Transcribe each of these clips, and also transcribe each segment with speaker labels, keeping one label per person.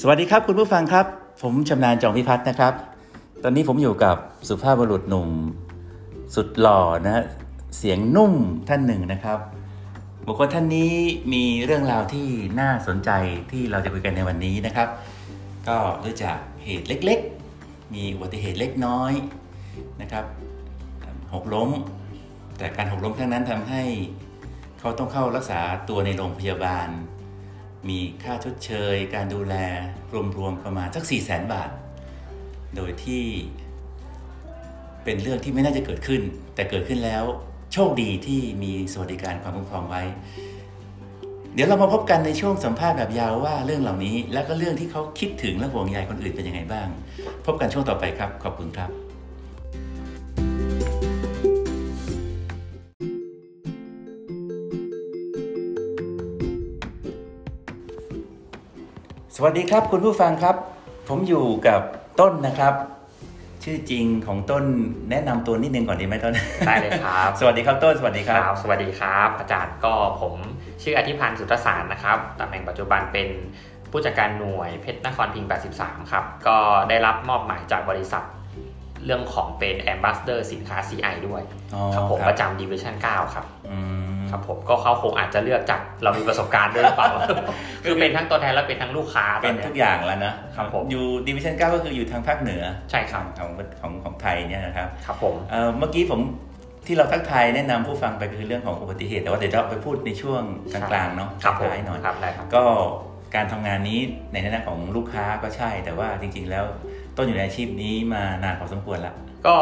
Speaker 1: สวัสดีครับคุณผู้ฟังครับ ผมชำนาญจองพิพัฒน์นะครับ ตอนนี้ผมอยู่กับสุภาพบุรุษหนุ่ม สุดหล่อนะฮะเสียงนุ่มท่านหนึ่งนะครับ บุคคลท่านนี้มีเรื่องราวที่น่าสนใจที่เราจะคุยกันในวันนี้นะครับ ก็ด้วยจากเหตุเล็กๆ มีอุบัติเหตุเล็กน้อยนะครับหกล้ม แต่การหกล้มครั้งนั้นทำให้เขาต้องเข้ารักษาตัวในโรงพยาบาล มีค่าชดเชย การดูแลรวมๆประมาณสัก 4 0 0 0 0 0 บาท โดยที่เป็นเรื่องที่ไม่น่าจะเกิดขึ้น แต่เกิดขึ้นแล้วโชคดีที่มีสวัสดิการความคุ้มครองไว้ เดี๋ยวเรามาพบกันในช่วงสัมภาษณ์แบบยาวว่าเรื่องเหล่านี้ และก็เรื่องที่เขาคิดถึงและห่วงใยคนอื่นเป็นยังไงบ้าง พบกันช่วงต่อไปครับ ขอบคุณครับ สวัสดีครับคุณผู้ฟังครับ ผมอยู่กับต้นนะครับ ชื่อจริงของต้นแนะนำตัวนิดนึงก่อนดีไหมต้น
Speaker 2: ได้เลยครับ
Speaker 1: สวัสดีครับต้นสวัสดีค
Speaker 2: ค
Speaker 1: รั
Speaker 2: รับ บ สวัสดีครับ อาจารย์ก็ผมชื่ออธิพันธ์สุทธสารนะครับตำแหน่งปัจจุบันเป็นผู้จัดการหน่วยเพชรนครพิงค์83 ครับ ก็ได้รับมอบหมายจากบริษัท เรื่องของเป็นแอมบ s สเดอร์สินค้า CI ด้วย
Speaker 1: อ๋อ
Speaker 2: ครับผม
Speaker 1: ครับ
Speaker 2: ประจำดิวิชั่น9ครับ
Speaker 1: อืม
Speaker 2: ครับผมก็เขาคงอาจจะเลือกจากเรามีประสบการณ์ด้วยหรือเปล่า คือเป็นทั้งตัวแทนและเป็นทั้งลูกค้าต
Speaker 1: เป็
Speaker 2: อน
Speaker 1: น
Speaker 2: นี้
Speaker 1: ทุกอย่างแล้วนะครับ
Speaker 2: ผม
Speaker 1: อยู่ดิวิชั่น9ก็คืออยู่ทางภาคเหนือ
Speaker 2: ใช่ครับ
Speaker 1: ของของของไทยเนี่ยนะครับ
Speaker 2: ครับผม
Speaker 1: เอ่อเมื่อกี้ผมที่เราทักทายแนะนำผู้ฟังไปคือเรื่องของอุบัติเหตุ แต่ว่าเดี๋ยวเราไปพูดในช่วงกลางๆเนาะ
Speaker 2: ครับผม
Speaker 1: ท้ายๆหน่อย
Speaker 2: ครับได้ครับ
Speaker 1: ก็การทำงานนี้ในฐานะของลูกค้าก็ใช่ แต่ว่าจริงๆแล้วต้นอยู่ในอาชีพนี้มานานพอสมควรละ
Speaker 2: ก็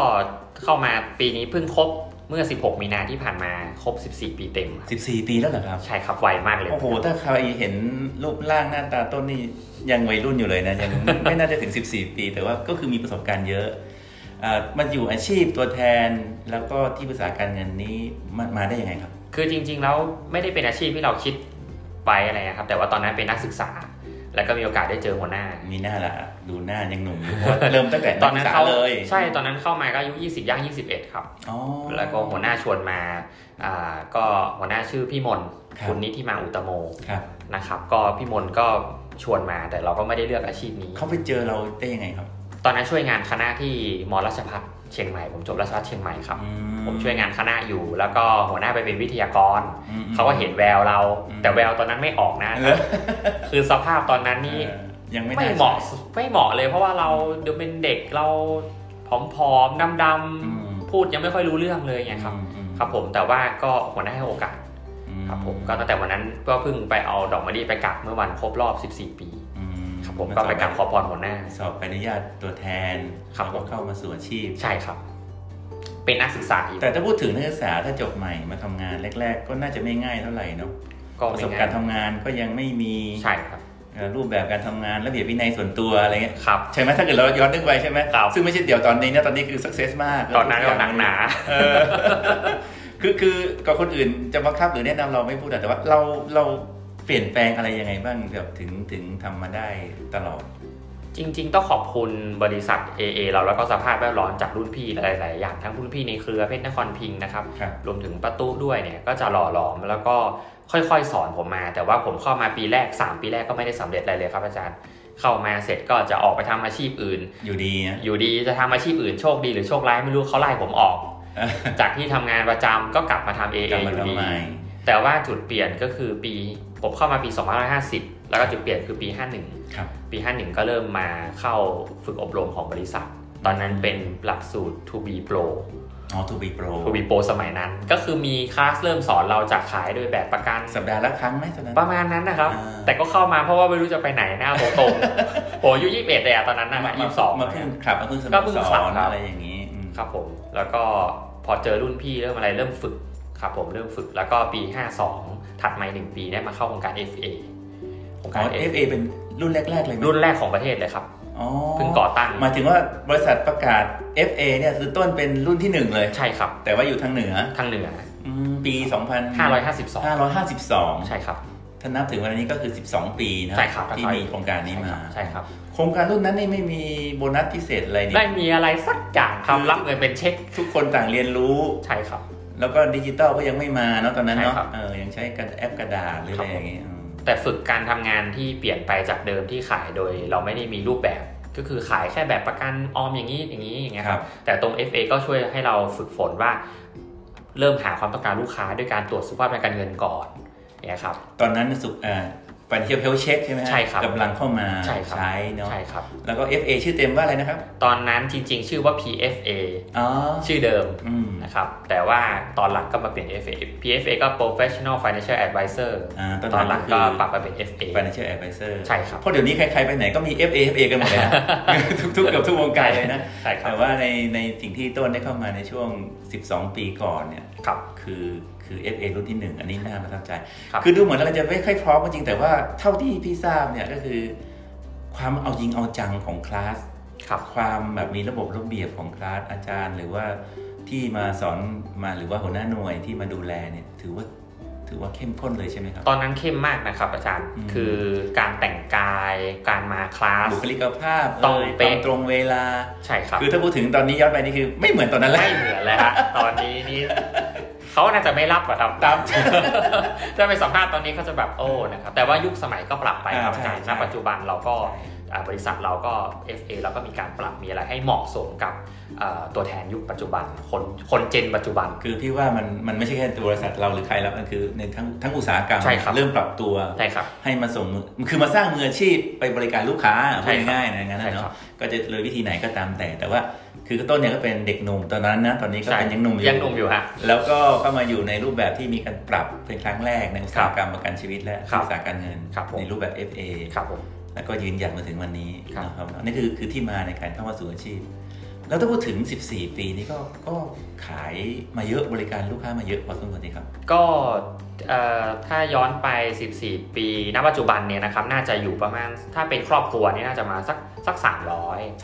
Speaker 2: เข้ามาปีนี้เพิ่งครบเมื่อ 16 มีนาที่ผ่านมาครบ 14 ปีเต็มครับ
Speaker 1: 14 ปีแล้วเหรอครับ
Speaker 2: ใช่ครับไวมากเลย
Speaker 1: โอ้โหถ้าใครเห็นรูปร่างหน้าตาต้นนี่ยังวัยรุ่นอยู่เลยนะยัง ไม่ไม่น่าจะถึง 14 ปี แต่ว่าก็คือมีประสบการณ์เยอะ เอ่อมันอยู่อาชีพตัวแทนแล้วก็ที่ปรึกษาการเงินนี้มามาได้ยังไงครับ
Speaker 2: คือจริงๆแล้วไม่ได้เป็นอาชีพที่เราคิดไปอะไรนะครับ แต่ว่าตอนนั้นเป็นนักศึกษา แล้วก็มีโอกาสได้เจอหัวหน้า
Speaker 1: มีหน้าละดูหน้ายังหนุ่มอยู่เพราะว่าเริ่มตั้งแต่
Speaker 2: ต
Speaker 1: ตอ
Speaker 2: อ
Speaker 1: น น
Speaker 2: นั้
Speaker 1: นั้น น
Speaker 2: เขา
Speaker 1: เลย
Speaker 2: ใช่ตอนนั้นเข้ามาก็อายุ20ย่าง21 ครับ
Speaker 1: อ๋อ
Speaker 2: แล้วก็หัวหน้าชวนมาอ่าก็หัวหน้าชื่อพี่มนต์
Speaker 1: ครับ
Speaker 2: คุณนิติมาอุตโม
Speaker 1: ครับ
Speaker 2: นะครับ ก็พี่มนต์ก็ชวนมาแต่เราก็ไม่ได้เลือกอาชีพนี้
Speaker 1: เขาไปเจอเราได้ยังไงครับ
Speaker 2: ตอนนั้นช่วยงานคณะที่มอราชพัฒเชียงใหม่ผมจบราชพัฒเชียงใหม่ครับ
Speaker 1: อื
Speaker 2: ผมช่วยงานคณะอยู่ แล้วก็หัวหน้าไปเป็นวิทยากร
Speaker 1: อืม
Speaker 2: เขาก็เห็นแววเรา
Speaker 1: อืม
Speaker 2: แต่แววตอนนั้นไม่ออกนะ
Speaker 1: เออ
Speaker 2: คือสภาพตอนนั้นนี่
Speaker 1: เออยังไม่
Speaker 2: ไม่
Speaker 1: น่
Speaker 2: เหมาะไม่เหมาะเลย เพราะว่าเราดูเป็นเด็กเราผอมๆด
Speaker 1: อื
Speaker 2: ำ
Speaker 1: ม
Speaker 2: ๆพูดยังไม่ค่อยรู้เรื่องเลยไงครับ
Speaker 1: อืม
Speaker 2: ครับผมแต่ว่าก็หัวหน้าให้โอกาส
Speaker 1: อื
Speaker 2: ครับผมก็ตั้งแต่วันนั้นก็เพิ่งไปเอาดอกมะลิไปกราบเมื่อวันครบรอบ 14 ปี
Speaker 1: อื
Speaker 2: ครับผมก็ไปกราบขอพรหัวหน้า
Speaker 1: สอบใบอนุญาตตัวแทน
Speaker 2: ครับ
Speaker 1: แล้วก็เข้ามาสู่อาชีพ
Speaker 2: ใช่ครับ เป็นนักศึกษาอยู่
Speaker 1: แต่ถ้าพูดถึงนักศึกษาถ้าจบใหม่มาทำงานแรก ๆ ก็น่าจะไม่ง่ายเท่าไหร่เนาะ
Speaker 2: ก็
Speaker 1: ประ
Speaker 2: ไม่
Speaker 1: สบ
Speaker 2: ง่ย
Speaker 1: การณ์ทำงานก็ยังไม่มี
Speaker 2: ใช่ครับ
Speaker 1: เอ่อรูปแบบการทำงานระเบียบวินัยส่วนตัวอะไรเงี้ย
Speaker 2: ครับ
Speaker 1: ใช่ไหมถ้าเกิดเราย้อนนึกไปใช่ไหม
Speaker 2: ครับ
Speaker 1: ซึ่งไม่ใช่เดี๋ยวตอนนี้นะตอนนี้คือ success มาก
Speaker 2: ตอนนั้นก็หนักหนา
Speaker 1: เออ คือคือกับคนอื่นจะบังคับหรือแนะนำเราไม่พูดอะแต่ว่าเราเราเปลี่ยนแปลงอะไรยังไงบ้างแบบถึงถึงทำมาได้ตลอด
Speaker 2: จริงๆ ต้องขอบคุณบริษัท AA เราแล้วก็สภาพแวดล้อมจากรุ่นพี่หลายๆ อย่างทั้งรุ่นพี่ในเครือเพชรนครพิงค์นะครับ
Speaker 1: ครับ
Speaker 2: รวมถึงประตูด้วยเนี่ยก็จะหล่อหลอมแล้วก็ค่อยๆ สอนผมมา แต่ว่าผมเข้ามาปีแรก 3 ปีแรกก็ไม่ได้สำเร็จอะไรเลยครับอาจารย์ เข้ามาเสร็จก็จะออกไปทำอาชีพอื่น
Speaker 1: อยู่ดีนะ
Speaker 2: อยู่ดีจะทำอาชีพอื่นโชคดีหรือโชคร้ายไม่รู้เขาไล่ผมออก จากที่ทำงานประจำก็กลับมาทำ AA
Speaker 1: กลับ
Speaker 2: อ
Speaker 1: มา
Speaker 2: ยู่ดี
Speaker 1: ทำใหม่
Speaker 2: แต่ว่าจุดเปลี่ยนก็คือปีผมเข้ามาปี2550 แล้วก็จุดเปลี่ยนคือปี 51
Speaker 1: ครับ
Speaker 2: ปี 51 ก็เริ่มมาเข้าฝึกอบรมของบริษัท ตอนนั้นเป็นหลักสูตร To B Pro
Speaker 1: อ๋อ to be pro
Speaker 2: To B Pro สมัยนั้น ก็คือมีคลาสเริ่มสอนเราจากขายโดยแบบประกัน
Speaker 1: สัปดาห์ละครั้งไหมตอนนั้น
Speaker 2: ประมาณนั้นนะครับ
Speaker 1: อ่า
Speaker 2: แต่ก็เข้ามาเพราะว่าไม่รู้จะไปไหนหน้าต รงๆ โหอายุ21เลยอะตอนนั้นนะ
Speaker 1: มา
Speaker 2: ยี่สิบสอง
Speaker 1: มาเพิ่งขับมาเพิ่งสมั
Speaker 2: ก็
Speaker 1: ค
Speaker 2: เพิ่
Speaker 1: รง ส
Speaker 2: ขับ
Speaker 1: อน
Speaker 2: ครับ
Speaker 1: อะไรอย่างนี้อืม
Speaker 2: ครับผม แล้วก็พอเจอรุ่นพี่เริ่มอะไรเริ่มฝึกครับผมเริ่มฝึกแล้วก็ปี 52 ถัดมาอีกหนึ่งปีได้มาเข้าโครงการ FA โครง
Speaker 1: อ๋
Speaker 2: การ
Speaker 1: อ
Speaker 2: FA
Speaker 1: FA เป็นรุ่นแรกๆเลยไหม
Speaker 2: รุ่นแรกของประเทศเลยครับ
Speaker 1: อ๋อ
Speaker 2: เพิ่งก่อตั้ง
Speaker 1: หมายถึงว่าบริษัทประกาศ FA เนี่ยคือต้นเป็นรุ่นที่หนึ่งเลย
Speaker 2: ใช่ครับ
Speaker 1: แต่ว่าอยู่ทางเหนือ
Speaker 2: ทางเหนือ
Speaker 1: อืมปี 2 5
Speaker 2: 552
Speaker 1: 552
Speaker 2: ใช่ครับ
Speaker 1: ถ้านับถึงวันนี้ก็คือ 12 ปีนะ
Speaker 2: ใช่ครับ
Speaker 1: ที่มีโครงการนี้มา
Speaker 2: ใช่ครับ
Speaker 1: โครงการรุ่นนั้นนี่ไม่มีโบนัสพิเศษอะไรนี่
Speaker 2: ได้มีอะไรสักอย่างทำรับเงินเป็นเช็ค
Speaker 1: ทุกคนต่างเรียนรู้
Speaker 2: ใช่ครับ
Speaker 1: แล้วก็ดิจิตอลก็ยังไม่มาเนาะตอนนั้นเนาะ
Speaker 2: ใช่ครับ
Speaker 1: เออยังใช้กันแอปกระดาษหรือ
Speaker 2: ครั
Speaker 1: อะ
Speaker 2: บ
Speaker 1: ไรอย่างงี้อืม
Speaker 2: แต่ฝึกการทำงานที่เปลี่ยนไปจากเดิมที่ขายโดย เราไม่ได้มีรูปแบบก็คือขายแค่แบบประกันออมอย่างนี้อย่างนี้อย่างเงี้ยครับแต่ตรง FA ก็ช่วยให้เราฝึกฝนว่า เริ่มหาความต้องการลูกค้าด้วยการตรวจสุขภาพทางการเงินก่อนเนี่ยครับ
Speaker 1: ตอนนั้นสุขฟันเทียบเฮลเช็คใช่ไหมฮะ
Speaker 2: ใช่ครับ
Speaker 1: กำลังเข้ามา
Speaker 2: ใช่ครับ
Speaker 1: เนาะ
Speaker 2: ใช่ครับ
Speaker 1: แล้วก็ FA ชื่อเต็มว่าอะไรนะครับ
Speaker 2: ตอนนั้นจริง ๆ ชื่อว่า PFA
Speaker 1: อ๋อ
Speaker 2: ชื่อเดิม
Speaker 1: อืม
Speaker 2: นะครับ แต่ว่าตอนหลังก็มาเปลี่ยน FA PFA ก็ Professional Financial Advisor
Speaker 1: อ่าตอน
Speaker 2: ตอน
Speaker 1: ห
Speaker 2: ห
Speaker 1: ลั
Speaker 2: ลั
Speaker 1: ง
Speaker 2: ง
Speaker 1: ก็
Speaker 2: ก็
Speaker 1: คือ
Speaker 2: ปรับมาเป็น FA
Speaker 1: Financial Advisor
Speaker 2: ใช่ครับ
Speaker 1: เพราะเดี๋ยวนี้ใครๆไปไหนก็มี FA FA กันหมดเลยนะ ทุกๆเกับทุกวงการเลยนะ
Speaker 2: ใช่ครั
Speaker 1: แต่
Speaker 2: บ
Speaker 1: ว่าในในสิ่งที่ต้นได้เข้ามาในช่วง 12 ปีก่อนเนี่ย
Speaker 2: ครับ
Speaker 1: คือคือ FA รุ่นที่ 1 อันนี้น่าประทับใจ
Speaker 2: ครับ
Speaker 1: คือดูเหมือนเราจะไม่ค่อยพร้อมก็จริงแต่ว่าเท่าที่พี่ทราบเนี่ยก็คือ ความเอาจริงเอาจังของคลาส
Speaker 2: ครับ
Speaker 1: ความแบบมีระบบระเบียบของคลาสอาจารย์ หรือว่าที่มาสอนมาหรือว่าหัวหน้าหน่วยที่มาดูแลเนี่ยถือว่าถือว่าเข้มข้นเลยใช่ไหมครับ
Speaker 2: ตอนนั้นเข้มมากนะครับอาจารย์
Speaker 1: อืม
Speaker 2: คือการแต่งกายการมาคลาส
Speaker 1: บุคลิกภาพ
Speaker 2: ต้อง
Speaker 1: ย
Speaker 2: เป๊ะ
Speaker 1: ความตรงเวลา
Speaker 2: ใช่ครับ
Speaker 1: คือถ้าพูดถึงตอนนี้ย้อนไปนี่คือไม่เหมือนตอนนั้นแล้ว
Speaker 2: ไม่เหมือนแล้ว ฮะ ตอนนี้นี่เขาน่าจะไม่รับอะครับ
Speaker 1: ตาม
Speaker 2: ถ้าไปสัมภาษณ์ตอนนี้เขาจะแบบโอ้นะครับ แต่ว่ายุคสมัยก็ปรับไปครับอาจารย์
Speaker 1: ใช่
Speaker 2: ณ
Speaker 1: ใช่
Speaker 2: ปัจจุบันเราก็ อ่าบริษัทเราก็ FA เราก็มีการปรับมีอะไรให้เหมาะสมกับเอ่อตัวแทนยุคปัจจุบัน คนคนเจนปัจจุบัน
Speaker 1: คือพี่ว่ามันมันไม่ใช่แค่ตัวบริษัทเราหรือใครแล้วมันคือในทั้งทั้งอุตสาหกรรม
Speaker 2: ใช่ครับ
Speaker 1: เริ่มปรับตัว
Speaker 2: ใช่ครับ
Speaker 1: ให้มาส่งมือคือมาสร้างมืออาชีพไปบริการลูกค้า
Speaker 2: ใช่
Speaker 1: พูด
Speaker 2: ครับ
Speaker 1: ง่ายๆนะงั้น
Speaker 2: ใช่
Speaker 1: นะครับ เนาะก็จะเลยวิธีไหนก็ตามแต่ แต่ว่าคือต้นเนี่ยก็เป็นเด็กหนุ่มตอนนั้นนะตอนนี้ก็
Speaker 2: ใช่
Speaker 1: เป็นยังหนุ่มอยู่
Speaker 2: ยังหนุ่มอยู่ฮะ
Speaker 1: แล้วก็ก็มาอยู่ในรูปแบบที่มีการปรับเป็นครั้งแรกในอุตสาหกรรมประกันชีวิตและ
Speaker 2: ครับ
Speaker 1: อุตสาหการเงิน
Speaker 2: ครับผม
Speaker 1: ในรูปแบบ FA
Speaker 2: ครับผม
Speaker 1: แล้วก็ยืนหยัดมาถึงวันนี้
Speaker 2: ครับ
Speaker 1: นะครับเนอะนี่คือคือที่มาในการเข้ามาสู่อาชีพ แล้วถ้าพูดถึง 14 ปีนี้ก็ก็ขายมาเยอะบริการลูกค้ามาเยอะพอสมควรเลยครับ
Speaker 2: ก็เอ่อถ้าย้อนไป 14 ปีณปัจจุบันเนี่ยนะครับ น่าจะอยู่ประมาณ ถ้าเป็นครอบครัวนี่น่าจะมาสักสัก 300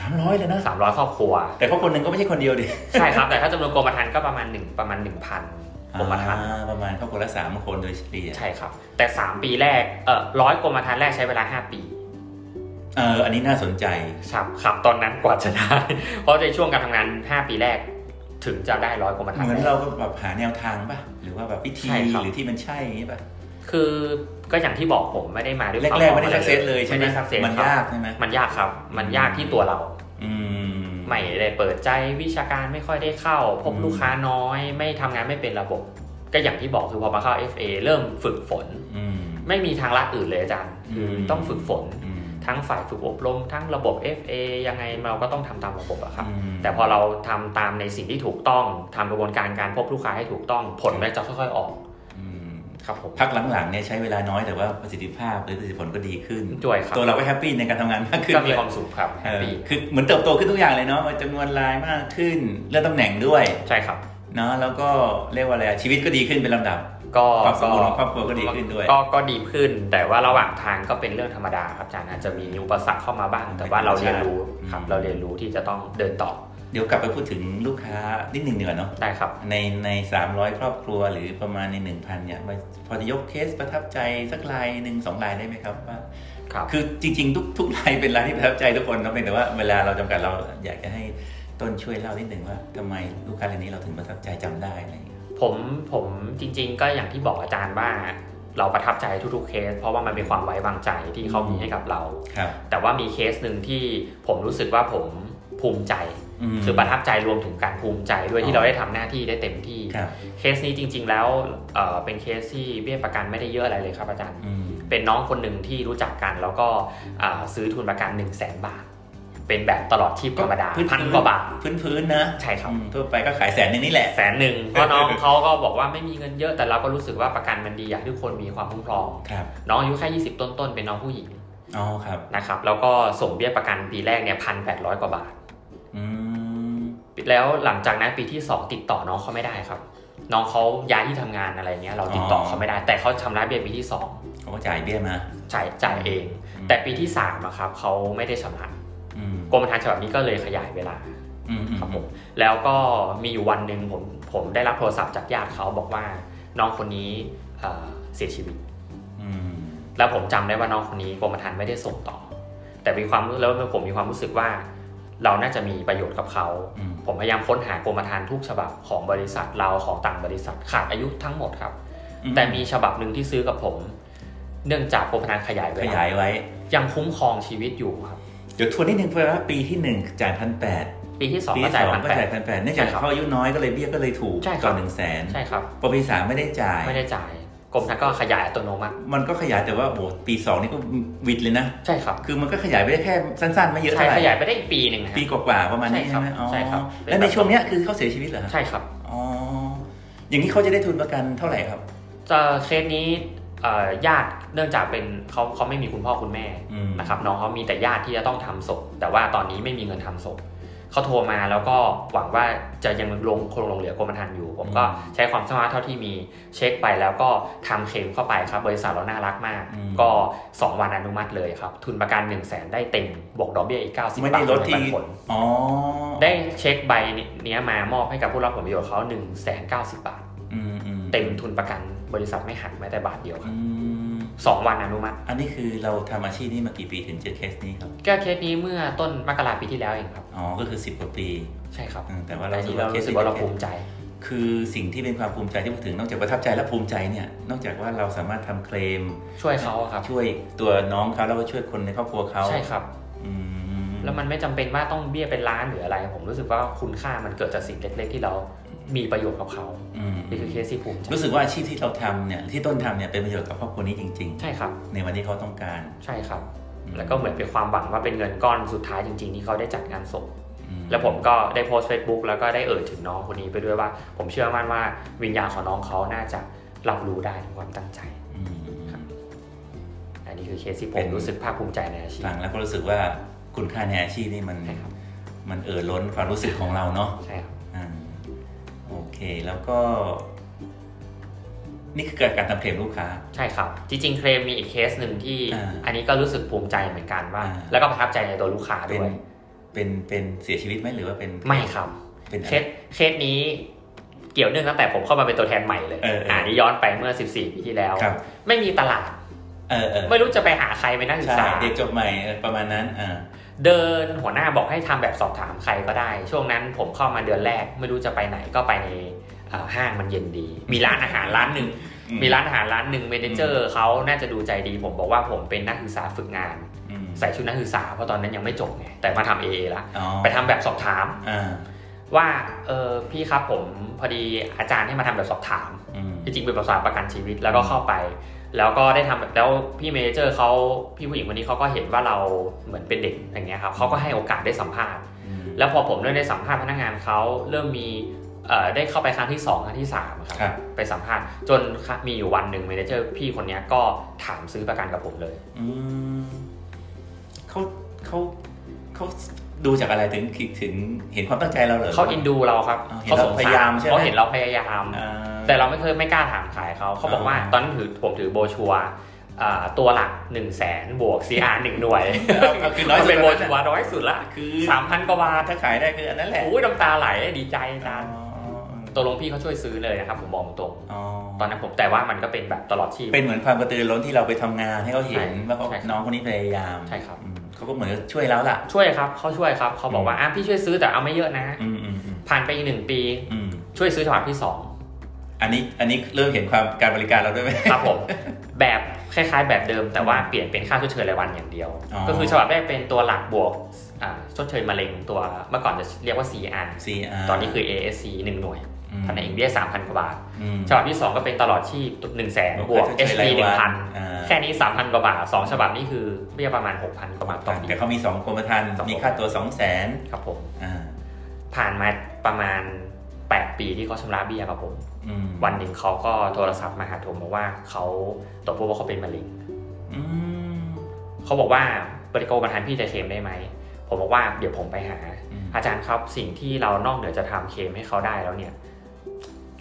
Speaker 1: 300เลยนะ
Speaker 2: 300 ครอบครัว
Speaker 1: แต่เพราะคนหนึ่งก็ไม่ใช่คนเดียวดิ
Speaker 2: ใช่ครับ แต่ถ้าจำนวนกรมธรรม์ก็ประมาณ 1 ประมาณ 1,000กรมธรรม์
Speaker 1: อ่าประมาณครอบครัวละสามคนโดยเฉลี่ย
Speaker 2: ใช่ครับ แต่ 3 ปีแรก เอ่อร้อยกรมธรรม์แรกใช้เวลา 5 ปี
Speaker 1: เอออันนี้น่าสนใจ
Speaker 2: ครับครับตอนนั้นกว่าจะได้ เพราะในช่วงการทำงาน 5 ปีแรก ถึงจะได้ร้อยกรมธรร
Speaker 1: เห
Speaker 2: ม์
Speaker 1: มือน
Speaker 2: แร
Speaker 1: เรา
Speaker 2: ก
Speaker 1: ก็แบบหาแนวทางป่ะ หรือว่าแบบวิธี
Speaker 2: ใช่ครับ
Speaker 1: หรือที่มันใช่อย่างงี้ป่ะ
Speaker 2: คือก็อย่างที่บอกผมไม่ได้มาด้วยความ
Speaker 1: แรกๆไม่ได้
Speaker 2: หวั
Speaker 1: สั
Speaker 2: ง
Speaker 1: ก
Speaker 2: อะ
Speaker 1: เซสเลยใช่ไหม
Speaker 2: ไม่ได้สักเซส
Speaker 1: มัน
Speaker 2: ครับ
Speaker 1: ยากใช่ไหม
Speaker 2: มันยากครับ มันยากที่ตัวเรา
Speaker 1: อืม
Speaker 2: ไม่ได้เปิดใจวิชาการไม่ค่อยได้เข้า พบ
Speaker 1: อืม
Speaker 2: ลูกค้าน้อย ไม่ทำงานไม่เป็นระบบ ก็อย่างที่บอกคือพอมาเข้า FA เริ่มฝึกฝน
Speaker 1: อืม
Speaker 2: ไม่มีทางลัดอื่นเลยอาจารย์คืออ
Speaker 1: ม
Speaker 2: ต้องฝึกฝน
Speaker 1: อืม
Speaker 2: ทั้งฝ่ายฝึกอบรม ทั้งระบบ FA ยังไงเราก็ต้องทำตามระบบอะครับ
Speaker 1: ม
Speaker 2: แต่พอเราทำตามในสิ่งที่ถูกต้องทำกระบวนการการพบลูกค้าให้ถูกต้องผลมันจะค่อยๆออก
Speaker 1: ม
Speaker 2: ครับผม
Speaker 1: พักหลังๆเนี่ยใช้เวลาน้อยแต่ว่าประสิทธิภาพหรือประสิทธิผลก็ดีขึ้น
Speaker 2: จ่วยครับ
Speaker 1: ตัวเราก็แฮปปี้ในการทำงานมากขึ้น
Speaker 2: ก็มีความสุขครับแฮ
Speaker 1: เอ
Speaker 2: ป
Speaker 1: อ
Speaker 2: ปี้
Speaker 1: คือเหมือนเติบโตขึ้นทุกอย่างเลยเนาะจำนวนรายมากขึ้นเรื่องตำแหน่งด้วย
Speaker 2: ใช่ครับ
Speaker 1: เนาะแล้วก็เรียกว่าอะไรอะชีวิตก็ดีขึ้นเป็นลำดับ
Speaker 2: ก็
Speaker 1: ความสมบูรณ์ของครอบครัวก็ดีขึ้นด้วย
Speaker 2: ก็ก็ดีขึ้น แต่ว่าระหว่างทางก็เป็นเรื่องธรรมดาครับอาจารย์อาจจะมีอุปสรรคเข้ามาบ้าง แต่ว่าเราเรียนรู้ครับเราเรียนรู้ที่จะต้องเดินต่อ
Speaker 1: เดี๋ยวกลับไปพูดถึงลูกค้านิดหนึ่งเดีกว่าเนาะ
Speaker 2: ได้ครับ
Speaker 1: ในใน 300 ครอบครัวหรือประมาณใน 1,000เนี่ยมันพอจะยกเคสประทับใจสักลายหนึ่งสองลายได้ไหมครับว่า
Speaker 2: ครับ
Speaker 1: คือจริง ๆ ทุกทุกลายเป็นลายที่ประทับใจทุกคนนะเพียงแต่ว่าเวลาเราจำกัดเราอยากจะให้ต้นช่วยเล่านิดหนึ่งว่าทำไมลูกค้ารายนี้เราถึงประทับใจจำได้อะไรอย่างเงี้ย
Speaker 2: ผมผมจริง ๆ ก็อย่างที่บอกอาจารย์ว่า เราประทับใจทุกๆเคส เพราะว่ามันเป็นความไว้วางใจที่เขามีให้กับเรา
Speaker 1: ครับ
Speaker 2: แต่ว่ามีเคสหนึ่งที่ผมรู้สึกว่าผมภูมิใจ
Speaker 1: ม
Speaker 2: คือประทับใจรวมถึงการภูมิใจด้วย
Speaker 1: อ๋อ
Speaker 2: ที่เราได้ทำหน้าที่ได้เต็มที่
Speaker 1: ครับ
Speaker 2: เคสนี้จริง ๆ แล้วเอ่อเป็นเคสที่เบี้ยประกันไม่ได้เยอะอะไรเลยครับอาจารย์
Speaker 1: อืม
Speaker 2: เป็นน้องคนหนึ่งที่รู้จักกันแล้วก็อ่าซื้อทุนประกัน 1 0 0 0 0แบาท เป็นแบบตลอดชีพธรรมดาพันกว่าบาท
Speaker 1: พื้นๆนะ
Speaker 2: ใช่ครับ
Speaker 1: อืมทั่วไปก็ขายแสนหนึ่งนี่แหละ
Speaker 2: แสนหนึ่งเพราะน้อง เขาก็บอกว่าไม่มีเงินเยอะแต่เราก็รู้สึกว่าประกันมันดีอยากให้ทุกคนมีความคุ้มครอง
Speaker 1: ครับ
Speaker 2: น้องอายุแค่20 ต้นๆเป็นน้องผู้หญิง
Speaker 1: อ๋อครับ
Speaker 2: นะครับแล้วก็ส่งเบี้ยประกันปีแรกเนี่ยพันแปดร้อยกว่าบาท
Speaker 1: อืม
Speaker 2: แล้วหลังจากนั้นปีที่ 2 ติดต่อน้องเขาไม่ได้ครับ น้องเขาย้ายที่ทำงานอะไรเงี้ยเราติดต่อเขาไม่ได้ แต่เขาชำระเบี้ยปีที่
Speaker 1: เขาก็จ่ายเบี้ยมา
Speaker 2: 2จ่ายจ่ายเอง แต่ปีที่3อะครับเขาไม่ได้ชำระ
Speaker 1: อืม
Speaker 2: กรมธรรม์ฉบับนี้ก็เลยขยายเวลา
Speaker 1: อืมอืม
Speaker 2: ครับผมแล้วก็มีอยู่วันหนึ่งผมผมได้รับโทรศัพท์จากญาติเขาบอกว่าน้องคนนี้เอ่อเสียชีวิต
Speaker 1: อืม
Speaker 2: แล้วผมจำได้ว่าน้องคนนี้กรมธรรม์ไม่ได้ส่งต่อ แต่มีความรู้แล้วผมมีความรู้สึกว่า เราน่าจะมีประโยชน์กับเขา
Speaker 1: อืม
Speaker 2: ผมพยายามค้นหากรมธรรม์ทุกฉบับของบริษัทเราของต่างบริษัทขาดอายุทั้งหมดครับ แต่มีฉบับหนึ่งที่ซื้อกับผม เนื่องจากกรมธนาคารขยายเวลาย
Speaker 1: ขายไว้
Speaker 2: ยังคุ้มครองชีวิตอยู่ครับ
Speaker 1: เดี๋ยวทวนนิดนึงเพราะว่าปีที่หนึ่งจ่ายพันแปด
Speaker 2: ปีที่สอง
Speaker 1: ปี
Speaker 2: ก็
Speaker 1: ที่
Speaker 2: จ่าย
Speaker 1: สอง
Speaker 2: พัน
Speaker 1: ก็
Speaker 2: แป
Speaker 1: จ่า
Speaker 2: ด
Speaker 1: ยพันแปดเนื่องจาก
Speaker 2: ใช่ครับ
Speaker 1: เขาอายุน้อยก็เลยเบี้ยก็เลยถูก
Speaker 2: ใช่ครับ
Speaker 1: ก่อนหนึ่งแสน
Speaker 2: ใช่ครับ
Speaker 1: พอปีสามไม่ได้จ่าย
Speaker 2: ไม่ได้จ่ายกรมธนาคารก็ขยายอัตโนมัติ
Speaker 1: มันก็ขยายแต่ว่าโอ้โหปีสองนี่ก็วิดเลยนะ
Speaker 2: ใช่ครับ
Speaker 1: คือมันก็ขยายไปได้แค่สั้นๆ ไม่เยอะ
Speaker 2: ใช่
Speaker 1: เท่าไหร่
Speaker 2: ขยายไปได้อีกปีหนึ่งนะฮะ
Speaker 1: ปีกว่าๆประมาณนี้ใช่
Speaker 2: ใช่ครับ
Speaker 1: ไหมอ๋อ
Speaker 2: ใช่ครับเป็น
Speaker 1: แล้วในช่วงเนี้ยคือเขาเสียชีวิตเหรอครับ
Speaker 2: ใช่ครับ
Speaker 1: อ๋ออย่างนี้เขาจะได้ทุนประกันเท่าไหร่ครับ
Speaker 2: จะเคสนี้เอ่อญาติเนื่องจากเป็นเขาเขาไม่มีคุณพ่อคุณแม่
Speaker 1: อืม
Speaker 2: นะครับน้องเขามีแต่ญาติที่จะต้องทำศพแต่ว่าตอนนี้ไม่มีเงินทำศพเขาโทรมาแล้วก็หวังว่าจะยังลงคงลงเหลือกรมธรรม์อยู่ ผมก็ใช้ความสามารถเท่าที่มีเช็คไปแล้วก็ทำเคลมเข้าไปครับบริษัทเราน่ารักมาก
Speaker 1: อืม
Speaker 2: ก็สองวันอนุมัติเลยครับทุนประกัน1 0 0 0 0แสนได้เต็มบวกดอกเบี้ยอีก90
Speaker 1: ไม่
Speaker 2: บา
Speaker 1: ได้
Speaker 2: ท
Speaker 1: ลดที่
Speaker 2: ต่อหนึ่งพันคน
Speaker 1: อ๋อ
Speaker 2: ได้เช็คใบเนี้ยมามอบให้กับผู้รับผลประโยชน์เขา1นึ่งแสนเก้าสิบบาท
Speaker 1: อืมอืม
Speaker 2: เต็มทุนประกันบริษัทไม่หักแม้แต่บาทเดียวครั
Speaker 1: อื
Speaker 2: บ
Speaker 1: ม
Speaker 2: สองวันอนุมัติ
Speaker 1: อันนี้คือเราทำอาชีพนี้มากี่ปีถึงเจอเคสนี้ครับ
Speaker 2: แก้เคสนี้เมื่อต้นมกราปีที่แล้วเองครับ
Speaker 1: อ๋อ ก็คือสิบกว่าปี
Speaker 2: ใช่ครับ
Speaker 1: อืมแต่ว่าเรา
Speaker 2: แต่
Speaker 1: รู้สึก
Speaker 2: ที่
Speaker 1: ว่าเคสนี้
Speaker 2: เรารู้สึกว่าเราภูมิใจ
Speaker 1: คือสิ่งที่เป็นความภูมิใจที่พูดถึงนอกจากประทับใจและภูมิใจเนี่ย นอกจากว่าเราสามารถทำเคลม
Speaker 2: ช่วยเขาอะครับ
Speaker 1: ช่วยตัวน้องเขาแล้วก็ช่วยคนในครอบครัวเขา
Speaker 2: ใช่ครับ
Speaker 1: อืม
Speaker 2: แล้วมันไม่จำเป็นว่าต้องเบี้ยเป็นล้านหรืออะไร ผมรู้สึกว่าคุณค่ามันเกิดจากสิ่งเล็ก ๆ ที่เรามีประโยชน์กับเขา
Speaker 1: อืม
Speaker 2: นี่คือเคสที่ภูมิใจ
Speaker 1: รู้สึกว่าอาชีพที่เราทำเนี่ยที่ต้นทำเนี่ยเป็นประโยชน์กับครอบครัวนี้จริง
Speaker 2: ใช่ครับ
Speaker 1: ๆ ในวันที่เขาต้องการ
Speaker 2: ใช่ครับ แล้วก็เหมือนเป็นความหวังว่าเป็นเงินก้อนสุดท้ายจริง ๆ ที่เขาได้จัดงานศพ
Speaker 1: อื
Speaker 2: แล้วผมก็ได้โพสต์ Facebook แล้วก็ได้เอ่ยถึงน้องคนนี้ไปด้วยว่า ผมเชื่อมั่นว่าวิญญาณของน้องเขาน่าจะรับรู้ได้ถึงความตั้งใจ
Speaker 1: อืม
Speaker 2: อันนี้คือเคสที่ผ
Speaker 1: เป็
Speaker 2: ม
Speaker 1: น
Speaker 2: รู้สึกภาคภูมิใจในอาชีพ
Speaker 1: ฟังแล้วก็รู้สึกว่าคุณค่าในอาชีพนี่มัน
Speaker 2: ใช่ครับ
Speaker 1: มันเอ่อล้นความรู้สึกของเราเนาะ
Speaker 2: ใช่ครับ
Speaker 1: อ่าโอเคแล้วก็ นี่คือการทำเคลมลูกค้า
Speaker 2: ใช่ครับ จริงๆเคลมมีอีกเคสหนึ่งที่
Speaker 1: อ่า
Speaker 2: อันนี้ก็รู้สึกภูมิใจเหมือนกันว่า
Speaker 1: อ่า
Speaker 2: แล้วก็ประทับใจในตัวลูกค้า
Speaker 1: เป็
Speaker 2: ด้
Speaker 1: น
Speaker 2: วย
Speaker 1: เป็นเป็นเสียชีวิตไหมหรือว่าเป็น
Speaker 2: ไม่ครับ
Speaker 1: เป็นอะ
Speaker 2: เค
Speaker 1: ไร
Speaker 2: สเคสนี้เกี่ยวเนื่องตั้งแต่ผมเข้ามาเป็นตัวแทนใหม่เลย
Speaker 1: เออเอออ่
Speaker 2: นนี้ย้อนไปเมื่อ 14ปีที่แล้ว
Speaker 1: ครับ
Speaker 2: ไม่มีตลาด
Speaker 1: เออเออ
Speaker 2: ไม่รู้จะไปหาใครไปนนักศึก
Speaker 1: ใช่
Speaker 2: ษา
Speaker 1: เด็กจบใหม่เออประมาณนั้นอ่า
Speaker 2: เดินหัวหน้าบอกให้ทำแบบสอบถามใครก็ได้ ช่วงนั้นผมเข้ามาเดือนแรก ไม่รู้จะไปไหนก็ไปในเอ่อห้างมันเย็นดี มีร้านอาหารร้านหนึ่ง
Speaker 1: อื
Speaker 2: มีร้านอาหารร้านหนึ่งเมเนเจอร์เขาน่าจะดูใจดี ผมบอกว่าผมเป็นนักศึกษาฝึกงาน
Speaker 1: อืม
Speaker 2: ใส่ชุดนักศึกษาเพราะตอนนั้นยังไม่จบไงแต่มาทำเอละ
Speaker 1: อ๋อ
Speaker 2: ไปทำแบบสอบถาม
Speaker 1: อ่า
Speaker 2: ว่าเออพี่ครับผมพอดีอาจารย์ให้มาทำแบบสอบถาม
Speaker 1: อืม
Speaker 2: ที่จริงเป็นประสานประกันชีวิตแล้วก็เข้าไป แล้วก็ได้ทำแบบแล้วพี่เมเนเจอร์เขาพี่ผู้หญิงคนนี้เขาก็เห็นว่าเราเหมือนเป็นเด็กอย่างเงี้ยครับเขาก็ให้โอกาสได้สัมภาษณ์
Speaker 1: อืม
Speaker 2: แล้วพอผมเริ่มได้สัมภาษณ์พนักงานเขาเริ่มมีเอ่อได้เข้าไปครั้งที่ 2 ครั้งที่3ครับ
Speaker 1: ครับ
Speaker 2: ไปสัมภาษณ์จนมีอยู่วันหนึ่งเมเนเจอร์พี่คนเนี้ยก็ถามซื้อประกันกับผมเลย
Speaker 1: อืมเขาเขาเขาดูจากอะไรถึงคิดถึงเห็นความตั้งใจเราเหรอ
Speaker 2: เขาเอินดูเราครับ
Speaker 1: อ๋อเห็นเรา
Speaker 2: สงส
Speaker 1: พยายามใช่ไหม
Speaker 2: เขาเห็นเราพยายาม
Speaker 1: อ่า
Speaker 2: แต่เราไม่เคยไม่กล้าถามขายเขาเขาบอกว่า
Speaker 1: อ่า
Speaker 2: ตอนนั้นถือผมถือโบชัวร์อ่าตัวหลัก1 0 0 0 0แสนบวก CR 1หน่วย
Speaker 1: เอาเอาคือน้อย
Speaker 2: มั
Speaker 1: สุ
Speaker 2: น
Speaker 1: ด
Speaker 2: เป็นโบ
Speaker 1: แล้ว
Speaker 2: ชั
Speaker 1: นะ
Speaker 2: วร์น้อยสุดละ
Speaker 1: คือ
Speaker 2: สามพันกว่าบาท
Speaker 1: ถ้าขายได้คืออันนั้นแหละ
Speaker 2: โอ้ยน้ำตาไหลดีใจจาน
Speaker 1: อ๋อ
Speaker 2: ตกลงพี่เขาช่วยซื้อเลยนะครับผมมองตรง
Speaker 1: อ๋อ
Speaker 2: ๆตอนนั้นผมแต่ว่ามันก็เป็นแบบตลอดชีพ
Speaker 1: เป็นเหมือนความกระตือร้นที่เราไปทำงานให้เขาเห็น
Speaker 2: ใช่
Speaker 1: ว่าเขา
Speaker 2: ใช่ครับ
Speaker 1: น้องคนนี้พยายาม
Speaker 2: ใช่ครับ
Speaker 1: อืมเขาก็เหมือนช่วยเราล่ะ
Speaker 2: ช่วยครับเขาช่วยครับเขาบอ
Speaker 1: อื
Speaker 2: ก
Speaker 1: ม
Speaker 2: ว่าอ่ะพี่ช่วยซื้อแต่เอาไม่เยอะนะ
Speaker 1: อืมอืมอืม
Speaker 2: ผ่านไปอีกหนึ่งปี
Speaker 1: อืม
Speaker 2: ช่วยซื้อฉบับที่สอง
Speaker 1: อันนี้อันนี้เริ่มเห็นความการบริการเราด้วยไหม
Speaker 2: ครับ ผม แบบคล้ายๆ แบบเดิมแต่ว่าเปลี่ยนเป็นค่าชดเชยรายวันอย่างเดียว
Speaker 1: อ๋อ
Speaker 2: ก็คือฉบับแรกเป็นตัวหลักบวกอ่าชดเชยมะเร็งตัวเมื่อก่อนจะเรียกว่า CR
Speaker 1: ซีอา
Speaker 2: ตอนนี้คือ ASC หนึ่งหน่วย
Speaker 1: ม
Speaker 2: ท่านเองเรียกสามพันกว่าบาท
Speaker 1: อืม
Speaker 2: ฉบับที่ 2 ก็เป็นตลอดชีพ1 0 0 0 0แสนบวก
Speaker 1: ค่าชดชย
Speaker 2: HP
Speaker 1: ราย
Speaker 2: หนึ่ง
Speaker 1: วั
Speaker 2: พัน
Speaker 1: อ่า
Speaker 2: แค่นี้ 3,000 กว่าบาท 2 ฉบับนี่คือเบี้ยประมาณ 6,000 กว่าบาทต่อปี
Speaker 1: แต่เขามี 2กรมธรรม์
Speaker 2: สองกรมธรรม์
Speaker 1: มีค่าตัว2 0 0 0 0น
Speaker 2: ครับผม
Speaker 1: อ่า
Speaker 2: ผ่านมาประมาณ 8 ปีที่เขาชำระเบี้ยครับผม
Speaker 1: อืม
Speaker 2: วันหนึ่งเขาก็โทรศัพท์มาหาผมบอกว่าเขาตรวจพบว่าเขาเป็นมะเร็ง
Speaker 1: อืม
Speaker 2: เขาบอกว่าบริโภคประธานพี่จะเคลมได้ไหม ผมบอกว่าเดี๋ยวผมไปหา
Speaker 1: อืม
Speaker 2: อาจารย์ครับสิ่งที่เรานอกเหนือจะทำเคลมให้เขาได้แล้วเนี่ย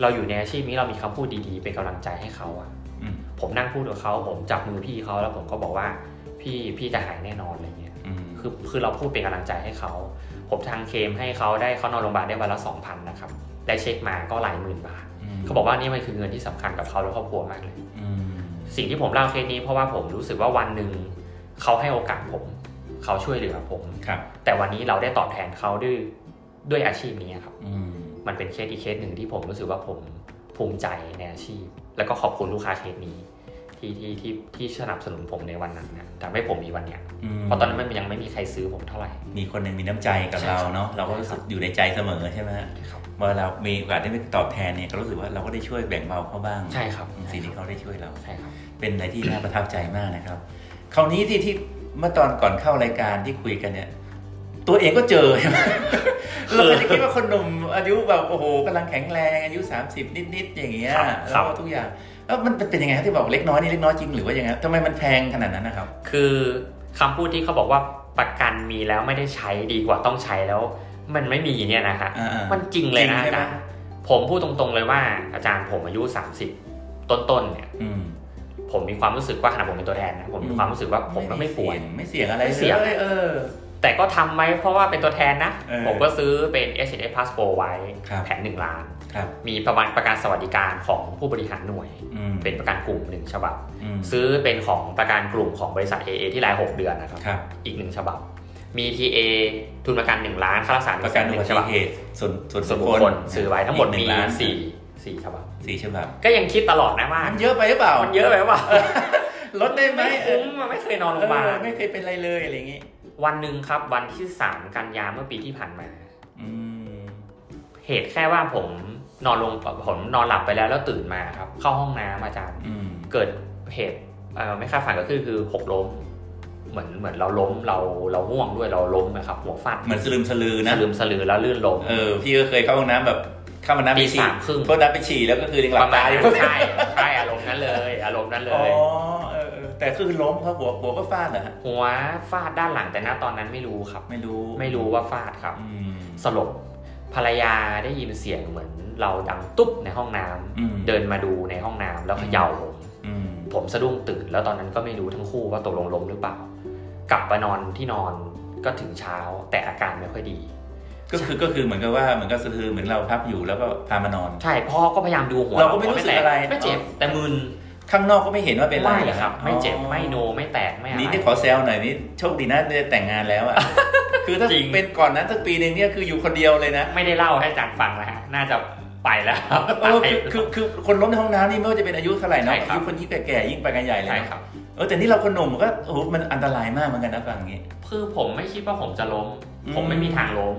Speaker 2: เราอยู่ในอาชีพนี้เรามีคำพูดดีๆ เป็นกำลังใจให้เขาอะ
Speaker 1: อืม
Speaker 2: ผมนั่งพูดกับเขาผมจับมือพี่เขาแล้วผมก็บอกว่าพี่พี่จะหายแน่นอนอะไรเงี้ย
Speaker 1: อืม
Speaker 2: คือคือเราพูดเป็นกำลังใจให้เขาผมทางเคมให้เขาได้เขานอนโรงพยาบาลได้วันละสองพันนะครับได้เช็คมาก็หลายหมื่นบาท
Speaker 1: ม
Speaker 2: เขาบอกว่านี่มันคือเงินที่สำคัญกับเขาและครอบครัวมากเลย
Speaker 1: อืม
Speaker 2: สิ่งที่ผมเล่าเคสนี้เพราะว่าผมรู้สึกว่าวันหนึ่งเขาให้โอกาสผมเขาช่วยเหลือผม
Speaker 1: ครับ
Speaker 2: แต่วันนี้เราได้ตอบแทนเขาด้วยด้วยอาชีพนี้ครับ
Speaker 1: อืม
Speaker 2: มันเป็นเคสอีกเคสหนึ่งที่ผมรู้สึกว่าผมภูมิใจในอาชีพ แล้วก็ขอบคุณลูกค้าเคสนี้ ที่ที่ที่ที่สนับสนุนผมในวันนั้นนะทำให้ผมมีวันเนี้ย
Speaker 1: อืม
Speaker 2: เพราะตอนนั้นมันยังไม่มีใครซื้อผมเท่าไหร่
Speaker 1: มีคนหนึ่งมีน้ำใจกับ
Speaker 2: ใช่
Speaker 1: เรา
Speaker 2: ครับ
Speaker 1: เนาะเราก็รู้สึกอยู่ในใจเสมอใช่ไหมฮะ
Speaker 2: ครับ
Speaker 1: เมื่อเรามีโอกาสได้ไปตอบแทนเนี่ยก็รู้สึกว่าเราก็ได้ช่วยแบ่งเบาเขาบ้าง
Speaker 2: ใช่ครับ
Speaker 1: สิ่งที่เขาได้ช่วยเรา
Speaker 2: ใช่ครับ
Speaker 1: เป็นอะไรที่น่าประทับใจมากนะครับ คราวนี้ที่ที่เมื่อตอนก่อนเข้ารายการที่คุยกันเนี่ย ตัวเองก็เจอใช่ไหม เราก็จะคิดว่าคนหนุ่มอายุแบบโอ้โหกำลังแข็งแรงอายุ 30 นิดๆอย่างเงี้ย
Speaker 2: ครับครั
Speaker 1: แล้
Speaker 2: บ
Speaker 1: วก็ทุกอย่างแล้วมันเป็นยังไงครับที่บอกเล็กน้อยนี่เล็กน้อยจริงหรือว่ายังไงทำไมมันแพงขนาดนั้นนะครับ
Speaker 2: คือคำพูดที่เขาบอกว่าประกันมีแล้วไม่ได้ใช้ดีกว่าต้องใช้แล้ว มันไม่มีเนี่ยนะฮะ
Speaker 1: อ่าๆ
Speaker 2: มันจริงเลย
Speaker 1: จริ
Speaker 2: นะอาง
Speaker 1: ใช่ไหม
Speaker 2: จารย์ผมพูดตรงๆเลยว่าอาจารย์ผมอายุ 30 ต้นๆเนี่ย
Speaker 1: อืม
Speaker 2: ผมมีความรู้สึกว่าขณะผมเป็นตัวแทนนะผมมีความรู้สึกว่าผมก็ไม่ป่วย
Speaker 1: ไม่เสี่ยงอะไร
Speaker 2: ไม่เสี่ยง
Speaker 1: ลเออ
Speaker 2: แต่ก็ทำไว้เพราะว่าเป็นตัวแทนนะ
Speaker 1: เออ
Speaker 2: ผมก็ซื้อเป็น s s Plus Pro ไว้
Speaker 1: ครับ
Speaker 2: แผน1ล้าน
Speaker 1: ครับ
Speaker 2: มีประกันประกันสวัสดิการของผู้บริหารหน่วย
Speaker 1: อืม
Speaker 2: เป็นประกันกลุ่มหนึ่งฉบับ
Speaker 1: อืม
Speaker 2: ซื้อเป็นของประกันกลุ่มของบริษัท AA ที่ราย 6 เดือนนะครับ
Speaker 1: ครับ
Speaker 2: อีกหนึ่งฉบับ มี TA ทุนประกัน 1 ล้านค่ารักษา
Speaker 1: ประกัน
Speaker 2: ห
Speaker 1: อุ
Speaker 2: นึ่
Speaker 1: บั
Speaker 2: งฉ
Speaker 1: ติ
Speaker 2: บับ
Speaker 1: เหตุส่วนส่วน
Speaker 2: ส่วนบุคคลซื้อไว้ทั้งหมด
Speaker 1: อีกนึ่
Speaker 2: มี
Speaker 1: งล้าน
Speaker 2: สี่สี่ฉบับ
Speaker 1: สี่ฉบับ
Speaker 2: ก็ยังคิดตลอด นะว่า
Speaker 1: มันเยอะไปหรือเปล่า
Speaker 2: มันเยอะไปว่า
Speaker 1: ลดได้ไหม
Speaker 2: ไม่คุ้มอะไม่เคยนอนโรงพยาบา
Speaker 1: เอ
Speaker 2: ล
Speaker 1: อไม่เคยเป็นอะไรเลยอะไรอย่างงี้
Speaker 2: วันหนึ่งครับวันที่ 3 กันยาเมื่อปีที่ผ่านมา
Speaker 1: อืม
Speaker 2: เหตุแค่ว่าผมนอนลงผมนอนหลับไปแล้วแล้วตื่นมาครับ เข้าห้องน้ำอาจารย์
Speaker 1: อืม
Speaker 2: เกิดเหตุเอ่อไม่คาดฝันก็คือคือหกล้ม เหมือนเหมือนเราล้มเราเราง่วงด้วยเราล้มนะครับ หัวฟาด
Speaker 1: เหมือนสลืมสลือนะ
Speaker 2: สลืมสลือแล้วลื่นล้ม
Speaker 1: เออ พี่ก็เคยเข้าห้องน้ำแบบ เข้ามาน้ำไป
Speaker 2: ตี
Speaker 1: ฉี่
Speaker 2: สามครึ่ง
Speaker 1: ก็น้ำไปฉี่แล้วก็คือยังหลับตาอยู่
Speaker 2: ประมณนั้นใช่ใช่อารมณ์นั้นเลย อารมณ์นั้นเล
Speaker 1: อ๋อย เออเออแต่คือล้มเพราะหัวหัวก็ฟาดเหรอฮะ
Speaker 2: หัวฟาดด้านหลังแต่ณตอนนั้นไม่รู้ครับ
Speaker 1: ไม่รู้
Speaker 2: ไม่รู้ว่าฟาดครับ
Speaker 1: อืม
Speaker 2: สลบภรรยาได้ยินเสียงเหมือนเราดังตุ๊บในห้องน้ำ
Speaker 1: อืม
Speaker 2: เดินมาดูในห้องน้ำแล้วเขย่าผม
Speaker 1: อืม
Speaker 2: ผมสะดุ้งตื่นแล้วตอนนั้นก็ไม่รู้ทั้งคู่ว่าตกลงล้มหรือเปล่า กลับไปนอนที่นอนก็ถึงเช้าแต่อาการไม่ค่อยดี
Speaker 1: ก็คือก็คือเหมือนกับว่าเหมือนกับสะทือเหมือนเราพับอยู่แล้วก็พามานอน
Speaker 2: ใช่พ่อก็พยายามดูหัว
Speaker 1: เราก็ไม่รู้สึก
Speaker 2: แต
Speaker 1: อะไร
Speaker 2: ไม่เจ็บแต่มึน
Speaker 1: ข้างนอกก็ไม่เห็นว่าเป็นอะไร
Speaker 2: ไม่ครับ ไม่เจ็บ
Speaker 1: อ๋อ
Speaker 2: ไม่โนไม่แตกไม่อะไร
Speaker 1: นี่นี่ขอแซวหน่อยนี่โชคดีนะได้แต่งงานแล้ว อ่ะ คือถ้า
Speaker 2: จริง
Speaker 1: เป็นก่อนนั้นสักปีหนึ่งเนี่ยคืออยู่คนเดียวเลยนะ
Speaker 2: ไม่ได้เล่าให้อาจารย์ฟังแล้วฮะน่าจะไปแล้วครับ
Speaker 1: เออคือคือคือคนล้มในห้องน้ำนี่ไม่ว่าจะเป็นอายุเท่าไหร่เนาะ
Speaker 2: ใช่ครับ
Speaker 1: อายุคนยิ่งแก่ๆยิ่งไปกันใหญ่เลย
Speaker 2: ใช่
Speaker 1: เนอะ
Speaker 2: ครับ
Speaker 1: เออแต่นี่เราคนหนุ่มก็โอ้โหมันอันตรายมากเหมือนกันนะฟังอย่างงี้
Speaker 2: คือผมไม่คิดว่าผมจะล้ม
Speaker 1: อืม
Speaker 2: ผมไม่มีทางล้ม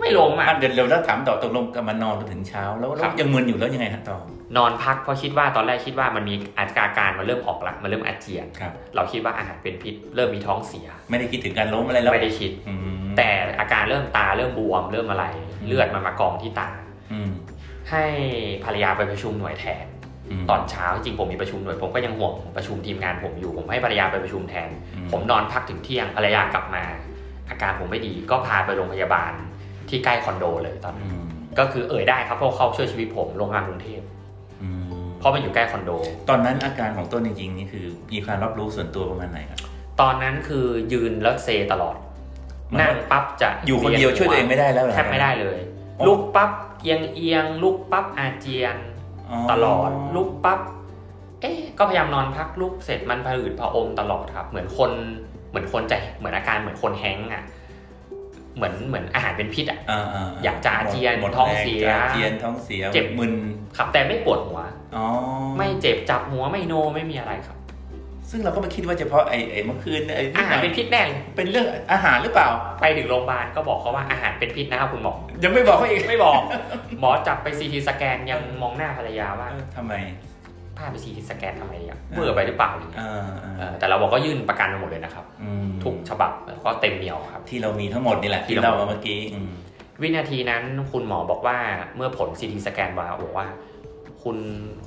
Speaker 2: ไม่ล้มอ่ะ
Speaker 1: อ่ะเดี๋ยวเดี๋ยวเราถามต่อตกลงกับมันนอนจนถึงเช้าแล้วแล้ว
Speaker 2: ครับ
Speaker 1: ยังมึนอยู่แล้วยังไงฮะต่อน
Speaker 2: อนพักเพราะคิดว่าตอนแรกคิดว่ามันมีอาการมันเริ่มออกละมันเริ่มอาเจียน
Speaker 1: ครับ
Speaker 2: เราคิดว่าอาหารเป็นพิษ เริ่มมีท้องเสีย
Speaker 1: ไม่ได้คิดถึงการล้มอะไรแล้ว
Speaker 2: ไม่ได้คิด
Speaker 1: อืม
Speaker 2: แต่อาการเริ่มตาเริ่มบวมเริ่มอะไร
Speaker 1: อืม
Speaker 2: เลือดมันมากองที่ตา
Speaker 1: อืม
Speaker 2: ให้ภรรยาไปประชุมหน่วยแทน
Speaker 1: ม
Speaker 2: ตอนเช้าจริงๆผมมีประชุมหน่วยผมก็ยังห่วงประชุมทีมงานผมอยู่ ผมให้ภรรยาไปประชุมแทน
Speaker 1: อื
Speaker 2: ผมนอนพักถึงเที่ยงภรรยากลับมา อาการผมไม่ดีก็พาไปโรงพยาบาลที่ใกล้คอนโดเลยตอนนั้
Speaker 1: อื
Speaker 2: น
Speaker 1: ม
Speaker 2: ก็คือเอ่ยได้ครับเพราะเขาช่วยชีวิตผมโรงพยาบาลกรุงเทพ
Speaker 1: อืม
Speaker 2: เพราะมันอยู่ใกล้คอนโด
Speaker 1: ตอนนั้นอาการของต้นจริงๆนี่คือมีความรับรู้ส่วนตัวประมาณไหนครับ
Speaker 2: ตอนนั้นคือยืนแล้วเซตลอด
Speaker 1: มัน
Speaker 2: นั่งปั๊บจะ
Speaker 1: อยู่คนเดียวช่วยตัวเองไม่ได้แล้วเหรอ
Speaker 2: แทบไม่ได้เลย
Speaker 1: อ๋อ
Speaker 2: ลุกปั๊บเอียงเอียงลุกปั๊บอาเจียน ตลอดลุกปั๊บ เอ๊ะก็พยายามนอนพักลุกเสร็จมันผะอืดผะอมตลอดครับ เหมือนคนเหมือนคนใจเหมือนอาการเหมือนคนแห้งก์อ่ะ เหมือนเหมือนอาหารเป็นพิษอ่ะ
Speaker 1: อ่าๆ
Speaker 2: อยากจะอาเจียน
Speaker 1: หมด
Speaker 2: ท้อง
Speaker 1: แร
Speaker 2: เสีย
Speaker 1: จะอาเจียนท้องเสีย
Speaker 2: เจ็บ
Speaker 1: มึน
Speaker 2: ขับแต่ไม่ปวดหัว
Speaker 1: อ๋อ
Speaker 2: ไม่เจ็บจับหัวไม่โนไม่มีอะไรครับ
Speaker 1: ซึ่งเราก็ไม่คิดว่าเฉพาะไอ้ไอ้เมื่อคืนไอ้
Speaker 2: อา
Speaker 1: ที่
Speaker 2: หารเป็นพิษแน่เลย
Speaker 1: เป็นเรื่องอาหารหรือเปล่า
Speaker 2: ไปถึงโรงพยาบาลก็บอกเขาว่าอาหารเป็นพิษนะครับคุณหมอ
Speaker 1: ยังไม่บอกเขาอีก
Speaker 2: ไม่บอก หมอจับไปซีทีสแกนยังมองหน้าภรรยาว่า
Speaker 1: เออทำไม
Speaker 2: พาไปซีทีสแกนทำไมอ่ะเบื่อไปหรือเปล่าอะไรเงี้ย
Speaker 1: อ่า
Speaker 2: เออแต่เราบอกก็ยื่นประกันไปหมดเลยนะครับ
Speaker 1: ๆอืม
Speaker 2: ทุกฉบับแล้วก็เต็มเหนียวครับ
Speaker 1: ที่เรามีทั้งหมดนี่แหละ
Speaker 2: ที่
Speaker 1: ที่
Speaker 2: เรา
Speaker 1: เรามาเมื่อกี้อืม
Speaker 2: วินาทีนั้นคุณหมอบอกว่าเมื่อผลซีทีสแกนมาบอกว่า คุณ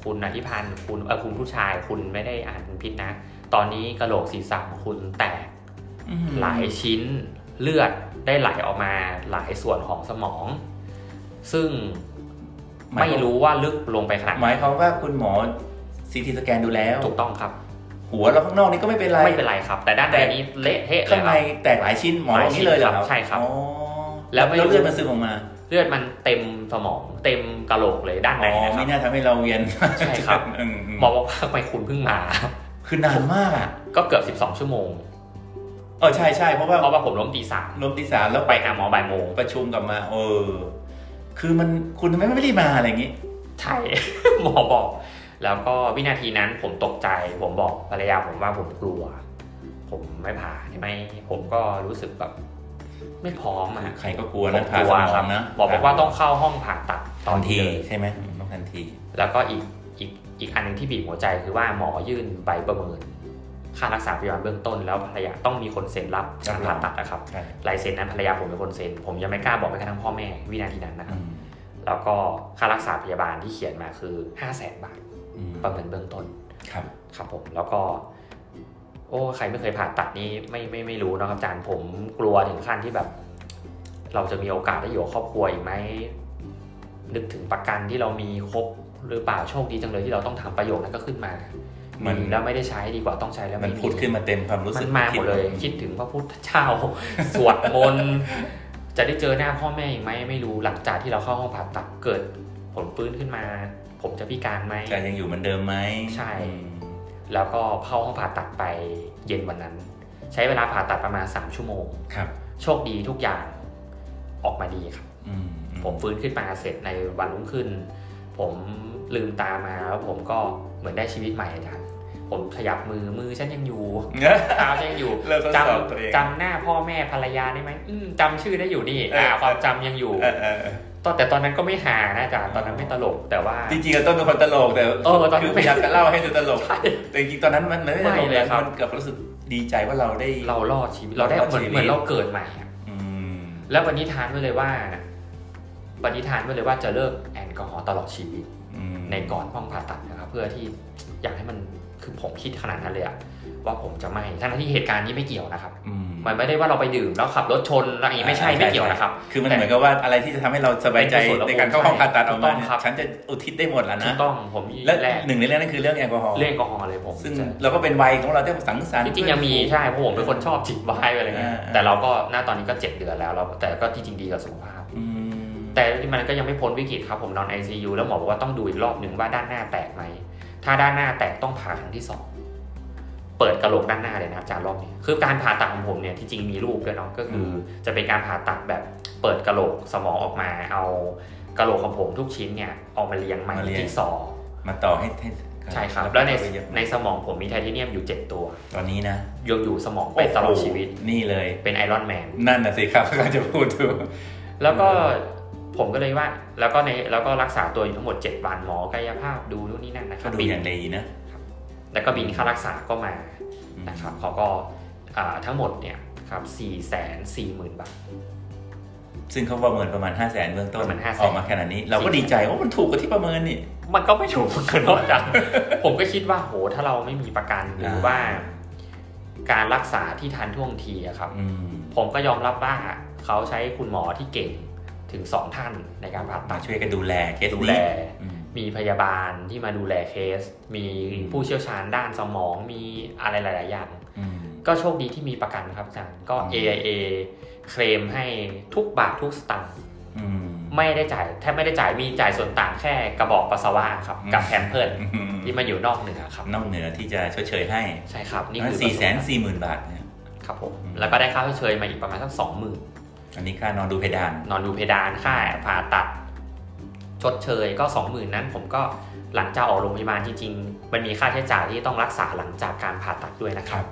Speaker 2: คุณอธิพันธ์คุณเออคุณผู้ชายคุณไม่ได้อ่านพิษนะ ตอนนี้กระโหลกศีรษะของคุณแตก
Speaker 1: อืม
Speaker 2: หลายชิ้นเลือดได้ไหลออกมาหลายส่วนของสมอง ซึ่งไม่รู้ว่าลึกลงไปขนาด
Speaker 1: ห
Speaker 2: ไหน
Speaker 1: มายความว่าคุณหมอซีทีสแกนดูแล้ว
Speaker 2: ถูกต้องครับ
Speaker 1: หัวเราข้างนอกนี่ก็ไม่เป็นไร
Speaker 2: ไม่เป็นไรครับ แต่ด้านในนี้เละเทะเล
Speaker 1: ข้าย ง
Speaker 2: ค
Speaker 1: ใน
Speaker 2: รับ
Speaker 1: แตกหลายชิ้นหมออย่างนี้เลยเหรอครับ
Speaker 2: ใช่ครับ
Speaker 1: อ๋อ
Speaker 2: แล้
Speaker 1: แล้ว ว
Speaker 2: ไม่รู้
Speaker 1: เลือดมันซึมออกมา
Speaker 2: เลือดมันเต็มสมอง เต็มกระโหลกเลยด้าน
Speaker 1: อ๋
Speaker 2: ใน
Speaker 1: อ
Speaker 2: นะค
Speaker 1: ไม่
Speaker 2: รับ
Speaker 1: น่าทำให้เราเวียน
Speaker 2: ใช่ครับ
Speaker 1: อืมๆ
Speaker 2: หมอบอกว่าทำไมคุณเพิ่งมา
Speaker 1: คือนานมากอ่ะ
Speaker 2: ก็เกือบ12ชั่วโมง
Speaker 1: เออใช่ใช่เพราะว่า
Speaker 2: เพราะว่าผมล้มตีสาม
Speaker 1: ลมที่สามแล้ว
Speaker 2: ไป
Speaker 1: ไป
Speaker 2: หาหมอบ่ายโมง
Speaker 1: ประชุมกลับมา เออ คือมันคุณทำไมไม่รีบมาอะไรอย่างงี้
Speaker 2: ใช่ หมอบอก แล้วก็วินาทีนั้นผมตกใจ ผมบอกภรรยาผมว่าผมกลัว ผมไม่ผ่าใช่ไหมผมก็รู้สึกแบบไม่พร้อมอะ
Speaker 1: ใครก็กลัว
Speaker 2: ผ
Speaker 1: นะ
Speaker 2: ม
Speaker 1: ผ่ากส
Speaker 2: ลัว
Speaker 1: ม
Speaker 2: ค
Speaker 1: อ
Speaker 2: รับ
Speaker 1: งนะ
Speaker 2: หมอบอกว่าต้องเข้าห้องผ่าตัดต
Speaker 1: ทั
Speaker 2: อน น
Speaker 1: ที
Speaker 2: นี้เลย
Speaker 1: ใช่ไหมต้องทันที
Speaker 2: แล้วก็อีกอีกอีกอันหนึ่งที่บีบหัวใจคือว่าหมอยื่นใบประเมิน ค่ารักษาพยาบาลเบื้องต้น แล้วภรรยาต้องมีคนเซ็นรับ
Speaker 1: ครับ
Speaker 2: การผ่าตัดนะครับ
Speaker 1: ใช่
Speaker 2: ลายเซ็นนั้นภรรยาผมเป็นคนเซ็นผมยังไม่กล้าบอกไปกระทั่งพ่อแม่วินาทีนั้นนะค
Speaker 1: อื
Speaker 2: รับ
Speaker 1: ม
Speaker 2: แล้วก็ค่ารักษาพยาบาลที่เขียนมาคือ 5 0 0 0 0นบาท
Speaker 1: อืม
Speaker 2: ประเมินเบื้องต้น
Speaker 1: ครับ
Speaker 2: ครับผมแล้วก็ โอ้ใครไม่เคยผ่าตัดนี่ไม่ไม่ไม่รู้นะครับอาจารย์ผมกลัวถึงขั้นที่แบบ เราจะมีโอกาสได้อยู่กับครอบครัวอีกไหมนึกถึงประกันที่เรามีครบหรือเปล่าโชคดีจังเลยที่เราต้องทำประโยคนั้นก็ขึ้นมา
Speaker 1: มัน
Speaker 2: มีแล้วไม่ได้ใช้ดีกว่าต้องใช้แล้ว
Speaker 1: มัน
Speaker 2: ไ
Speaker 1: พูดขึ้นมาเต็มความรู้
Speaker 2: มั
Speaker 1: สึก
Speaker 2: นมาหมดเลย
Speaker 1: ที่
Speaker 2: คิดถึงพระพุทธเจ้า สวดมนต์จะได้เจอหน้าพ่อแม่อีกไหมไม่รู้หลังจากที่เราเข้าห้องผ่าตัดเกิดผลฟื้นขึ้นมา ผมจะพิการไหม
Speaker 1: จะยังอยู่เหมือนเดิมไหม
Speaker 2: ใช่
Speaker 1: อืม
Speaker 2: แล้วก็เข้าห้องผ่าตัดไปเย็นวันนั้น ใช้เวลาผ่าตัดประมาณ 3 ชั่วโมง
Speaker 1: ครับ
Speaker 2: โชคดีทุกอย่างออกมาดีครับ
Speaker 1: อืมอื
Speaker 2: ผมฟื้นขึ้นมาเสร็จในวันรุ่งขึ้น ผมลืมตามาแล้วผมก็เหมือนได้ชีวิตใหม่อาจารย์ผมขยับมือมือฉันยังอยู่
Speaker 1: เอ้ย
Speaker 2: เท้าฉันยังอยู่
Speaker 1: เริ่มทด
Speaker 2: จ
Speaker 1: สอบตัวเอง
Speaker 2: ำจำหน้าพ่อแม่ภรรยาได้ไหมอืมจำชื่อได้อยู่นี่อ่า
Speaker 1: เออ
Speaker 2: ความจำยังอยู่
Speaker 1: เออเออเออ
Speaker 2: ตอนแต่ตอนนั้นก็ไม่หานะอาจารย์ตอนนั้นไม่ตลกแต่ว่า
Speaker 1: จริงๆอะต้นเป็นคนตลกแต่
Speaker 2: เออตอนนั้น
Speaker 1: คือพยายามจะเล่าให้ดูตลก
Speaker 2: ใช่
Speaker 1: แต่จริงๆตอนนั้นมันไม่ได้ตลก
Speaker 2: ไม่เลยครับ
Speaker 1: มันเกือบรู้สึกดีใจว่าเราได้
Speaker 2: เรารอดชีวิตเราได้
Speaker 1: รอด
Speaker 2: เหมือ
Speaker 1: ชี
Speaker 2: น
Speaker 1: วิต
Speaker 2: เหมือนเราเกิดใหม่อะ
Speaker 1: อืม
Speaker 2: แล้วปณิธานไว้เลยว่าปณิธานไว้เลยว่าจะเลิกแอลกอฮอล์ตลอดชีวิต
Speaker 1: อืม
Speaker 2: ในก่อนห้องผ่าตัดนะครับ เพื่อที่อยากให้มันคือผมคิดขนาดนั้นเลยอะว่าผมจะไม่ทั้งที่เหตุการณ์นี้ไม่เกี่ยวนะครับ
Speaker 1: อืม
Speaker 2: มันไม่ได้ว่าเราไปดื่มแล้วขับรถชนอะไรอย่างงี้ไม่ใช่ไม่เกี่ยวนะครับ
Speaker 1: คือมันเหมือนกับว่าอะไรที่จะทำให้เราสบายใจ
Speaker 2: เป็นกุศล
Speaker 1: ในการเข้าห้องผ่าตัดออกมา
Speaker 2: ถูกต้
Speaker 1: เนี่
Speaker 2: อย งครับ
Speaker 1: ฉันจะอุทิศได้หมดแล้ว
Speaker 2: ถู
Speaker 1: นะ
Speaker 2: กต้องผม
Speaker 1: และ
Speaker 2: แรก
Speaker 1: หนึ่งในเรื่องนั้นคือเรื่องแอลกอฮอล์
Speaker 2: เรื่องแอลกอฮอล์เลยผม
Speaker 1: ซึ่ง
Speaker 2: จะ
Speaker 1: เราก็เป็นวัยของเราที่สังสรรค์
Speaker 2: จริงๆยังมีใช่เพราะผมเป็นคนชอบจิบไวายอะไรเงี้ย
Speaker 1: อ่า
Speaker 2: แต่เราก็ณตอนนี้ก็เจ็ดเดือนแล้วเราแต่ก็ที่จริงดีกับสุขภาพ
Speaker 1: อืม
Speaker 2: แต่มันก็ยังไม่พ้นวิกฤตครับผมนอน ICU แล้วหมอบอกว่าต้องดูอีกรอบหนึ่งว่าด้านหน้าแตกไหม ถ้าด้านหน้าแตกต้องผ่าครั้งที่สองเปิดกระโหลกด้านหน้าเลยนะครับอาจารย์รอบนี้คือการผ่าตัดของผมเนี่ยที่จริงมีรูปด้วยเนาะก็คืออจะเป็นการผ่าตัดแบบเปิดกระโหลกสมองออกมา เอากระโหลกของผมทุกชิ้นเนี่ยออกมาเรียงใหม่ที่สอ
Speaker 1: มาต่อให้ให้
Speaker 2: ใช่ครับ แล้วใน
Speaker 1: ไปเยอะ
Speaker 2: ในสมองผมมีไทเทเนียมอยู่ 7 ตัว
Speaker 1: ตอนนี้นะ
Speaker 2: ยังอยู่สมองไปตลอดชีวิต
Speaker 1: โอ้โหนี่เลย
Speaker 2: เป็นไอรอนแมน
Speaker 1: นั่นน่ะสิครับ เราจะพูดถูก
Speaker 2: แล้วก็ผมก็เลยว่าแล้วก็ในแล้วก็รักษาตัวอยู่ทั้งหมด 7 วันหมอกายภาพดูนู่นนี่นั่นนะค
Speaker 1: ก็
Speaker 2: รับ
Speaker 1: ดู
Speaker 2: บิ
Speaker 1: อย่างดีนะ
Speaker 2: แล้วก็บินค่ารักษาก็มานะครับเขาก็อ่าทั้งหมดเนี่ยครับสี่แสนสี่หมื่นบาท
Speaker 1: ซึ่งเขาประเมินประมาณ 5 0 0แสนเบื้องต้น
Speaker 2: ประมาณ500,000
Speaker 1: ออกมาขนาดนี้ เราก็ดีใจว่ามันถูกกว่าที่ประเมินนี่
Speaker 2: มันก็ไม่ถูกเหมือนกันเนอะ อาจารย์ ผมก็คิดว่าโหถ้าเราไม่มีประกันหรือว่า การรักษาที่ทันท่วงทีอะครับ
Speaker 1: อืม
Speaker 2: ผมก็ยอมรับว่าเขาใช้คุณหมอที่เก่งถึงสองท่านในการผ่าตั
Speaker 1: มา
Speaker 2: ด
Speaker 1: ช่วยกันดูแลเคส
Speaker 2: ดู
Speaker 1: นี้
Speaker 2: แล
Speaker 1: อืม
Speaker 2: มีพยาบาลที่มาดูแลเคส มี
Speaker 1: อืม
Speaker 2: ผู้เชี่ยวชาญด้านสมอง มีอะไรหลาย ๆ อย่าง
Speaker 1: อืม
Speaker 2: ก็โชคดีที่มีประกันครับอาจารย์ ก็
Speaker 1: อืม
Speaker 2: AIA เคลมให้ทุกบาททุกสตางค์
Speaker 1: อืม
Speaker 2: ไม่ได้จ่ายแทบไม่ได้จ่ายมีจ่ายส่วนต่างแค่กระบอกปัสสาวะครับ
Speaker 1: อืม
Speaker 2: กับแพมเพิร์ด
Speaker 1: อืม
Speaker 2: ที่มันอยู่นอกเหนือครับ
Speaker 1: นอกเหนือที่จะชดเชยให้
Speaker 2: ใช่ครับ นี่
Speaker 1: นั่
Speaker 2: คื
Speaker 1: น
Speaker 2: อ
Speaker 1: สี่แสน
Speaker 2: ประสบการณ์
Speaker 1: สี่หมื่นบาทเนี่ย
Speaker 2: ครับผม
Speaker 1: อืม
Speaker 2: แล้วก็ได้ค่าชดเชยมาอีกประมาณสักสองหมื่น
Speaker 1: อันนี้ค่านอนดูเพดาน
Speaker 2: นอนดูเพดานค่าผ่าตัด ชดเชยก็สองหมื่นนั้น ผมก็หลังจากออกโรงพยาบาลจริง ๆ มันมีค่าใช้จ่ายที่ต้องรักษาหลังจากการผ่าตัดด้วยนะครับ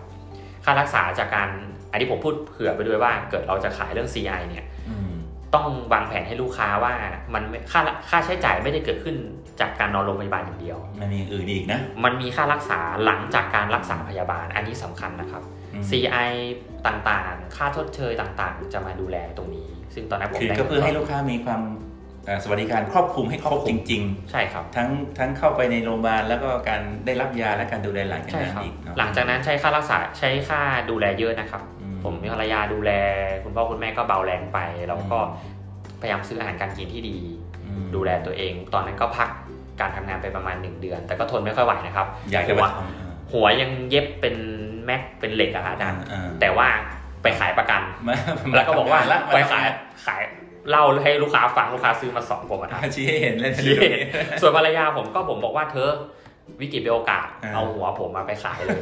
Speaker 2: ค่ารักษาจากการอันนี้ผมพูดเผื่อไปด้วยว่าเกิดเราจะขายเรื่อง CI เนี่ย
Speaker 1: อืม
Speaker 2: ต้องวางแผนให้ลูกค้าว่ามันไม่ค่าค่าใช้จ่ายไม่ได้เกิดขึ้นจากการนอนโรงพยาบาลอย่างเดียว
Speaker 1: มันมีอย่างอื่นอีกนะ
Speaker 2: มันมีค่ารักษาหลังจากการรักษาพยาบาลอันนี้สำคัญนะครับ
Speaker 1: อืม
Speaker 2: CI ต่างๆ ค่าชดเชยต่างๆ จะมาดูแลตรงนี้ ซึ่งตอนนั้นผม
Speaker 1: คือ
Speaker 2: ได้
Speaker 1: ก็เพื่อให้ลูกค้ามีความเอ่อสวัสดิการครอบคลุมให้ครอบจริง
Speaker 2: ใช่ครับ
Speaker 1: ๆ ทั้งทั้งเข้าไปในโรงพยาบาลแล้วก็การได้รับยาและการดูแลหลังจาก
Speaker 2: ใช่
Speaker 1: นั้น
Speaker 2: ครับ
Speaker 1: อีกเนอะ
Speaker 2: หลังจากนั้นใช้ค่ารักษาใช้ค่าดูแลเยอะนะครับ
Speaker 1: อื
Speaker 2: ผมมีภรรยาดูแล คุณพ่อคุณแม่ก็เบาแรงไปแล้วก็พยายามซื้ออาหารการกินที่ดี
Speaker 1: อืม
Speaker 2: ดูแลตัวเอง ตอนนั้นก็พักการทำงานไปประมาณ 1 เดือน แต่ก็ทนไม่ค่อยไหวนะครับ
Speaker 1: อยากจะมาท
Speaker 2: หัวยังเย็บเป็นแม็กเป็นเหล็กอะฮะอาจารย์
Speaker 1: ำอ่า
Speaker 2: แต่ว่าไปขายประกัน
Speaker 1: มา
Speaker 2: แล้วก็บอกว่า
Speaker 1: ละ
Speaker 2: ไปขายขายเหล่าให้ลูกค้าฟังลูกค้าซื้อมาสองกว่าบาท
Speaker 1: มาชี้ให้เห็นเลยนะ
Speaker 2: ส่วนภรรยาผมก็ผมบอกว่าเธอวิกฤตเป็นโอกาส
Speaker 1: อ่า
Speaker 2: เอาหัวผมมาไปขายเลย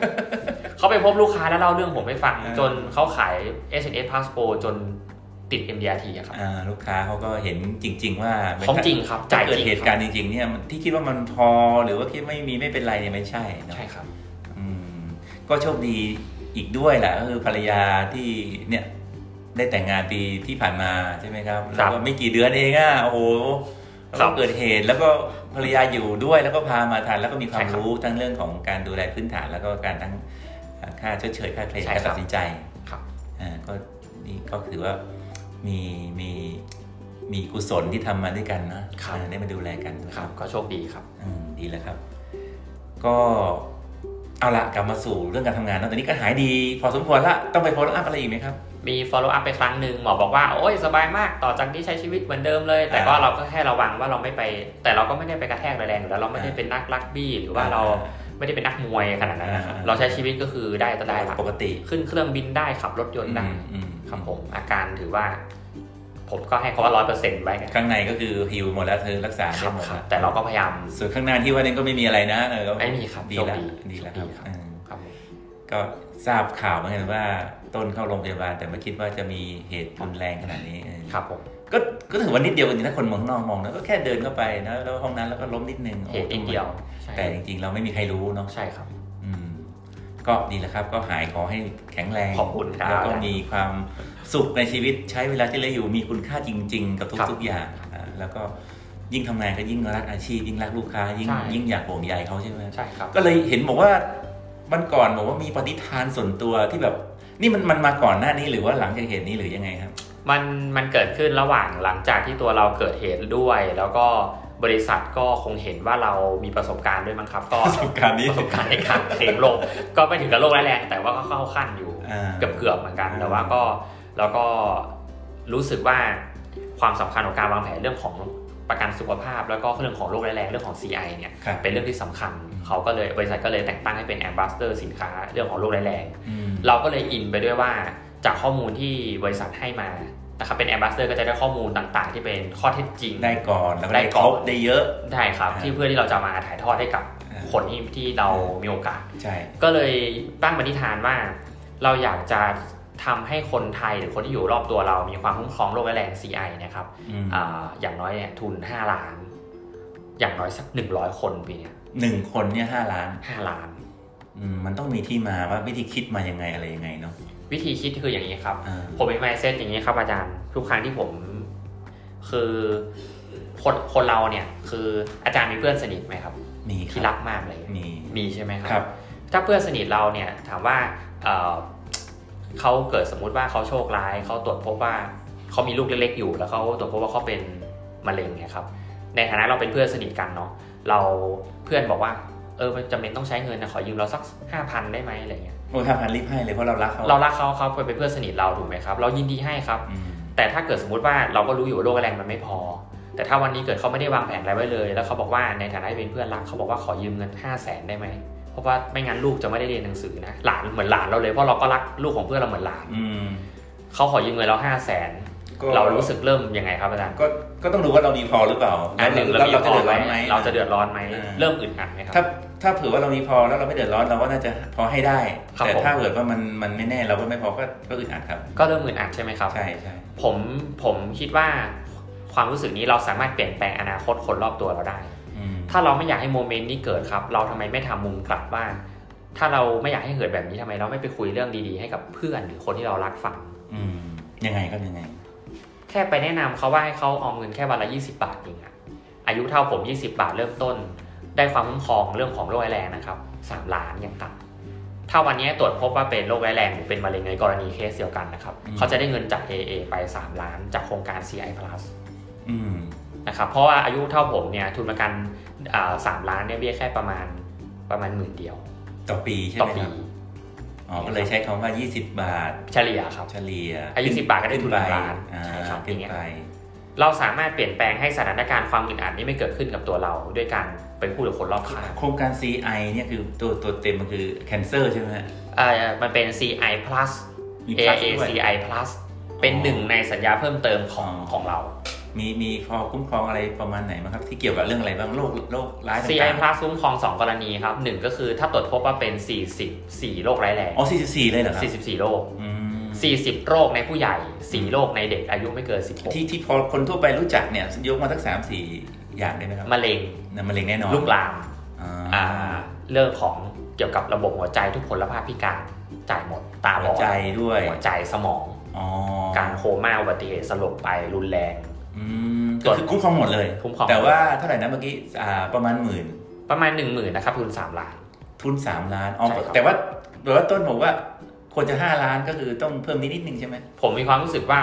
Speaker 2: เขาไปพบลูกค้าแล้วเล่าเรื่องผมให้ฟัง
Speaker 1: อ่า
Speaker 2: จนเขาขาย s n s Passport จน ติด MDRT อะครับ
Speaker 1: อ่าลูกค้าเขาก็เห็นจริง ๆ ว่ามัน
Speaker 2: ของจริงครับ
Speaker 1: ถ้า
Speaker 2: จ่าย
Speaker 1: เกิด
Speaker 2: จริง
Speaker 1: เหตุ
Speaker 2: ค
Speaker 1: การ
Speaker 2: รับ
Speaker 1: ณ์จริงๆเนี่ยมันที่คิดว่ามันพอหรือว่าคิดไม่มีไม่เป็นไรเนี่ยไม่ใช่เนอะ
Speaker 2: ใช่ครับ
Speaker 1: อืมก็โชคดีอีกด้วยแหละก็คือภรรยาที่เนี่ยได้แต่งงานปีที่ผ่านมาใช่ไหมครับ
Speaker 2: ครั
Speaker 1: แล้ว
Speaker 2: บ
Speaker 1: ก็ไม่กี่เดือนเองอ่ะโอ้โหแล้ว
Speaker 2: ครั
Speaker 1: ก็
Speaker 2: บ
Speaker 1: เกิดเหตุแล้วก็ภรรยาอยู่ด้วยแล้วก็พามาทานแล้วก็มีความ
Speaker 2: ใช่ครับ
Speaker 1: รู้ทั้งเรื่องของการดูแลพื้นฐานแล้วก็การทั้งค่าชดเชยค่าเคลม
Speaker 2: ใช่
Speaker 1: การ
Speaker 2: ครั
Speaker 1: ตัด
Speaker 2: บ
Speaker 1: สินใจ
Speaker 2: ครับ
Speaker 1: อ่าก็นี่ก็ถือว่ามีมีมีกุศลที่ทำมาด้วยกันนะครับ อ่าได้มาดูแลกันนะ
Speaker 2: ค
Speaker 1: ค
Speaker 2: รั
Speaker 1: รั
Speaker 2: บบ ก็โชคดีครับ
Speaker 1: อืมดีแล้วครับ ก็เอาละกลับมาสู่เรื่องการทำงานเนอะตอนนี้ก็หายดี พอสมควรละต้องไปโฟล์อัพอะไรอีกไหมครับ
Speaker 2: มี follow up ไปครั้งหนึ่งหมอบอกว่า โอ้ยสบายมากต่อจากนี้ใช้ชีวิตเหมือนเดิมเลย แต่ก็
Speaker 1: อ่า
Speaker 2: เราก็แค่ระวังว่าเราไม่ไป แต่เราก็ไม่ได้ไปกระแทกแรงๆอยู่แล้วเราไม่ได้เป็นนักลักบี้ หรือว่าเราไม่ได้เป็นนักมวยขนาดนั้นนะครับเราใช้ชีวิตก็คือได้ก็ได้ละ
Speaker 1: ปกติ
Speaker 2: ขึ้นเครื่องบินได้ขับรถยนต์ได้
Speaker 1: อืมอืม
Speaker 2: ครับผมอาการถือว่า ผมก็ให้เขาว่าร้อยเปอร์เซ็นต์ไว้กัน
Speaker 1: ข้างในก็คือฮิวหมดแล้วเธอรักษา
Speaker 2: ค
Speaker 1: ได้
Speaker 2: รับ
Speaker 1: หมด
Speaker 2: ครับ
Speaker 1: ว
Speaker 2: แต่เราก็พยายาม
Speaker 1: ส่วนข้างหน้าที่ว่านี่ก็ไม่มีอะไรนะเออก็
Speaker 2: ไม่มีครับ
Speaker 1: ดี
Speaker 2: โชค
Speaker 1: แล้ว
Speaker 2: ดี
Speaker 1: ดีแล้วครับ
Speaker 2: โชคดีครับ
Speaker 1: อืม
Speaker 2: ครับผม
Speaker 1: ก็ทราบข่าวเหมือนกันว่าต้นเข้าโรงพยาบาลแต่ไม่คิดว่าจะมีเหตุรุนแรงขนาดนี้เออ
Speaker 2: ครับผม
Speaker 1: ก็ก็ถือว่านิดเดียวจริงๆถ้าคนมองข้างนอกมองนะก็แค่เดินเข้าไปนะแล้วห้องนั้นแล้วก็ล้มนิดนึงโอ้โ
Speaker 2: เหตุนิดเดียวใช่
Speaker 1: แต่จริงๆ เราไม่มีใครรู้เนาะ
Speaker 2: ใช่ครับ
Speaker 1: อืม ก็ดีแล้วครับ ก็หายขอให้แข็งแรง
Speaker 2: ขอบคุณครับ
Speaker 1: แล้วก็มีความสุขในชีวิตใช้เวลาที่เหลืออยู่มีคุณค่าจริง ๆ กับ
Speaker 2: ครับ
Speaker 1: ทุกๆอย่างอ่าแล้วก็ยิ่งทำงานก็ยิ่งรักอาชีพ ยิ่งรักลูกค้า ยิ่ง
Speaker 2: ใช่
Speaker 1: ยิ่งอยากห่วงใยเขาใช่ไหม
Speaker 2: ใช่ครับ
Speaker 1: ก็เลยเห็นบอกว่ามันก่อนบอกว่ามีปฏิทานส่วนตัวที่แบบ นี่มันมันมาก่อนหน้านี้หรือว่าหลังจากเหตุนี้หรือยังไงครับ
Speaker 2: มันมันเกิดขึ้นระหว่างหลังจากที่ตัวเราเกิดเหตุด้วย แล้วก็บริษัทก็คงเห็นว่าเรามีประสบการณ์ด้วยมั้งครับ ก็
Speaker 1: ประสบการณ์นี้
Speaker 2: ประสบการณ์ในการเคลมโรคก็ไม่ถึงกับโรคร้ายแรงแต่ว่าก็เข้าขั้นอยู่
Speaker 1: อ่า
Speaker 2: เกือบเกือบๆเหมือนกัน
Speaker 1: อ่า
Speaker 2: แต่ว่าก็แล้วก็รู้สึกว่าความสำคัญของการวางแผนเรื่องของประกันสุขภาพ แล้วก็เรื่องของโรคร้ายแรงเรื่องของ CI เนี่ย
Speaker 1: ครับ
Speaker 2: เป็นเรื่องที่สำคัญเขาก็เลยบริษัทก็เลยแต่งตั้งให้เป็นแอมบาสเดอร์สินค้าเรื่องของโรคร้ายแรง
Speaker 1: อืม
Speaker 2: เราก็เลยอินไปด้วยว่าจากข้อมูลที่บริษัทให้มานะครับเป็นแอมบาสเดอร์ก็จะได้ข้อมูลต่างๆ ที่เป็นข้อเท็จจริง
Speaker 1: ได้ก่อนแล้วก็
Speaker 2: ได้
Speaker 1: ได้ค
Speaker 2: ก่อน
Speaker 1: รบได้เยอะ
Speaker 2: ได้ครับ
Speaker 1: อ่า
Speaker 2: ที่เพื่อที่เราจะมาถ่ายทอดให้กับ
Speaker 1: อ่า
Speaker 2: คนที่ที่เรามีโอกาส
Speaker 1: ใช่
Speaker 2: ก็เลยตั้งปณิธานว่า เราอยากจะทำให้คนไทยหรือคนที่อยู่รอบตัวเรามีความคุ้มครองโรคร้ายแรง CI นะครับ
Speaker 1: อืม
Speaker 2: อ่าอย่างน้อยเนี่ยทุน 5 ล้าน อย่างน้อยสัก 100 คนปีเนี่ย
Speaker 1: หนึ่งคนเนี่ยห้าล้าน
Speaker 2: 5ล้าน
Speaker 1: อืมมันต้องมีที่มาว่าวิธีคิดมายังไงอะไรยังไงเนาะ
Speaker 2: วิธีคิดคืออย่างนี้ครับ
Speaker 1: อ่า
Speaker 2: ผมมีไมเซ็ตอย่างนี้ครับอาจารย์ทุกครั้งที่ผมคือคนคนเราเนี่ยคืออาจารย์มีเพื่อนสนิทไหมครับ
Speaker 1: มีค
Speaker 2: ที่
Speaker 1: รับ
Speaker 2: รักมากเลย
Speaker 1: มี
Speaker 2: มีใช่ไหมครับ
Speaker 1: ครับ
Speaker 2: ถ้าเพื่อนสนิทเราเนี่ยถามว่าเอ่อเขาเกิดสมมุติว่าเขาโชคร้ายเขาตรวจพบว่าเขามีลูกเล็กๆอยู่ แล้วเขาตรวจพบว่าเขาเป็นมะเร็งเนี่ยครับ ในฐานะเราเป็นเพื่อนสนิทกันเนาะเราเพื่อนบอกว่าเออมันจำเป็นต้องใช้เงินนะขอยืมเราสักห้าพันได้ไหมอะไรเงี้ย
Speaker 1: โอ้ยห้าพันรีบให้เลยเพราะเรารักเขา
Speaker 2: เรารักเขาเขาเป็นเพื่อนสนิทเราถูกไหมครับ เรายินดีให้ครับ
Speaker 1: อืม
Speaker 2: แต่ถ้าเกิดสมมติว่าเราก็รู้อยู่ว่าโรคแรงมันไม่พอ แต่ถ้าวันนี้เกิดเขาไม่ได้วางแผนอะไรไว้เลย แล้วเขาบอกว่าในฐานะที่เป็นเพื่อนรักเขาบอกว่าขอยืมเงิน 5 0 0แสนได้ไหมเพราะว่าไม่งั้นลูกจะไม่ได้เรียนหนังสือนะหลานเหมือนหลานเราเลยเพราะเราก็รักลูกของเพื่อนเราเหมือนหลาน
Speaker 1: อืม
Speaker 2: เขาขอยืมเงินเรา5 0 0แสนเรารู้สึกเริ่มยังไงครับอาจารย์
Speaker 1: ก็ก็ต้องดูว่าเรามีพอหรือเปล่า
Speaker 2: อันหนึ่งเรา
Speaker 1: แล้ว
Speaker 2: มี
Speaker 1: เรา
Speaker 2: พ
Speaker 1: จะ
Speaker 2: อ
Speaker 1: เดือด
Speaker 2: ไหม
Speaker 1: ร้อนไหม
Speaker 2: เราจะเดือดร้อนไหม
Speaker 1: อ่า
Speaker 2: เริ่มอึดอัดไหมครั
Speaker 1: ถ้า
Speaker 2: บ
Speaker 1: ถ้าเผื่อว่าเรามีพอแล้วเราไม่เดือดร้อนเราก็น่าจะพอให้ได้
Speaker 2: ครับ
Speaker 1: แต่
Speaker 2: ผม
Speaker 1: ถ้าเกิดว่ามันมันไม่แน่เราก็ไม่พอก็ก็อึดอัดครับ
Speaker 2: ก็เริ่มอึดอัดใช่ไหมครับ
Speaker 1: ใช่ใช่
Speaker 2: ผมผมคิดว่าความรู้สึกนี้เราสามารถเปลี่ยนแปลงอนาคตคนรอบตัวเราได้
Speaker 1: อืม
Speaker 2: ถ้าเราไม่อยากให้โมเมนต์นี้เกิดครับ เราทำไมไม่ทำมุมกลับว่า ถ้าเราไม่อยากให้เกิดแบบนี้ทำไมเราไม่ไปคุยเรื่องดีๆให้กับเพื่อนหรือคนที่เรารักฟัง
Speaker 1: อืมยังไงก็ยังไง
Speaker 2: แค่ไปแนะนำเขาว่าให้เขาออมเงินแค่วันละ 20 บาทเองอะอายุเท่าผม 20 บาทเริ่มต้น ได้ความคุ้มครองเรื่องของโรคร้ายแรงนะครับ3ล้านอย่างต่ำถ้าวันนี้ตรวจพบว่าเป็นโรคร้ายแรงหรือเป็นมะเร็งในกรณีเคสเดียวกันนะครับ
Speaker 1: อืม
Speaker 2: เขาจะได้เงินจาก AA ไป 3 ล้านจากโครงการ CI Plus
Speaker 1: อืม
Speaker 2: นะครับเพราะว่าอายุเท่าผมเนี่ยทุนประกันอ่าสามล้านเนี่ยเบี้ยแค่ประมาณประมาณหมื่นเดียว
Speaker 1: ต่อปีใช่
Speaker 2: ต่อ
Speaker 1: ไหมค
Speaker 2: ปี
Speaker 1: รับอ๋อก็เลยใช้คำว่า 20 บาท
Speaker 2: เฉลี่ยครับ
Speaker 1: เฉลี่ย
Speaker 2: อายุ10บาทก็ได้ทุน
Speaker 1: ไป
Speaker 2: หนึ่งล้าน
Speaker 1: อ่า
Speaker 2: ใช่ครับ
Speaker 1: ขึ้น
Speaker 2: อย่างเงี้ย
Speaker 1: ไป
Speaker 2: เราสามารถเปลี่ยนแปลงให้สถานการณ์ความอึดอัดนี้ไม่เกิดขึ้นกับตัวเรา ด้วยการไปพูดกับคนรอบข้าง
Speaker 1: โครงการ CI เนี่ยคือตัวตัวเต็มมันคือ cancer ใช่ไหมฮะ
Speaker 2: เอ่อมันเป็น CI plus
Speaker 1: มี plus ด้วย
Speaker 2: AACI plus เป็นหนึ่งในสัญญาเพิ่มเติมของ
Speaker 1: อ๋อ
Speaker 2: ของเรา
Speaker 1: มีมีพอคุ้มครองอะไรประมาณไหนบ้างครับ ที่เกี่ยวกับเรื่องอะไรบ้างโรคโรคร้ายต่
Speaker 2: CI
Speaker 1: าง
Speaker 2: plus คุ้มครองสองกรณีครับหนึ่งก็คือถ้าตรวจพบว่าเป็น 44 โรคร้ายแรง
Speaker 1: ๆอ๋อ44 เลยเหรอครับ
Speaker 2: 44 โรค
Speaker 1: อืม
Speaker 2: 40 โรคในผู้ใหญ่ 4 โรคในเด็กอายุไม่เกิน 16
Speaker 1: ที่ที่พอคนทั่วไปรู้จักเนี่ยยกมาทั้งสามสี่อย่างได้ไหมครับ
Speaker 2: มะเร็ง
Speaker 1: นะมะเร็งแน่นอน
Speaker 2: ลูกลาม
Speaker 1: อ่า
Speaker 2: อ่าเรื่องของเกี่ยวกับระบบหัวใจทุกพลภาพพิการจ่ายหมดตาบ
Speaker 1: หัว
Speaker 2: อด
Speaker 1: ใจด้วย
Speaker 2: หัวใจสมอง
Speaker 1: อ๋อ
Speaker 2: การโคม่าอุบัติเหตุสลบไปรุนแรง
Speaker 1: อืมก็คือคุ้มครองหมดเลย
Speaker 2: คุ้มครอง
Speaker 1: แต่ว่าเท่าไหร่นะเมื่อกี้อ่าประมาณหมื่น
Speaker 2: ประมาณ 1 0,000นะครับทุน3ล้าน
Speaker 1: ทุน 3 ล้านอ๋อ
Speaker 2: ใช่ครับ
Speaker 1: แต่ว่าแต่ว่าต้นบอกว่าควรจะ 5 ล้านก็คือต้องเพิ่มนิดนิดนึงใช่ไหม
Speaker 2: ผมมีความรู้สึกว่า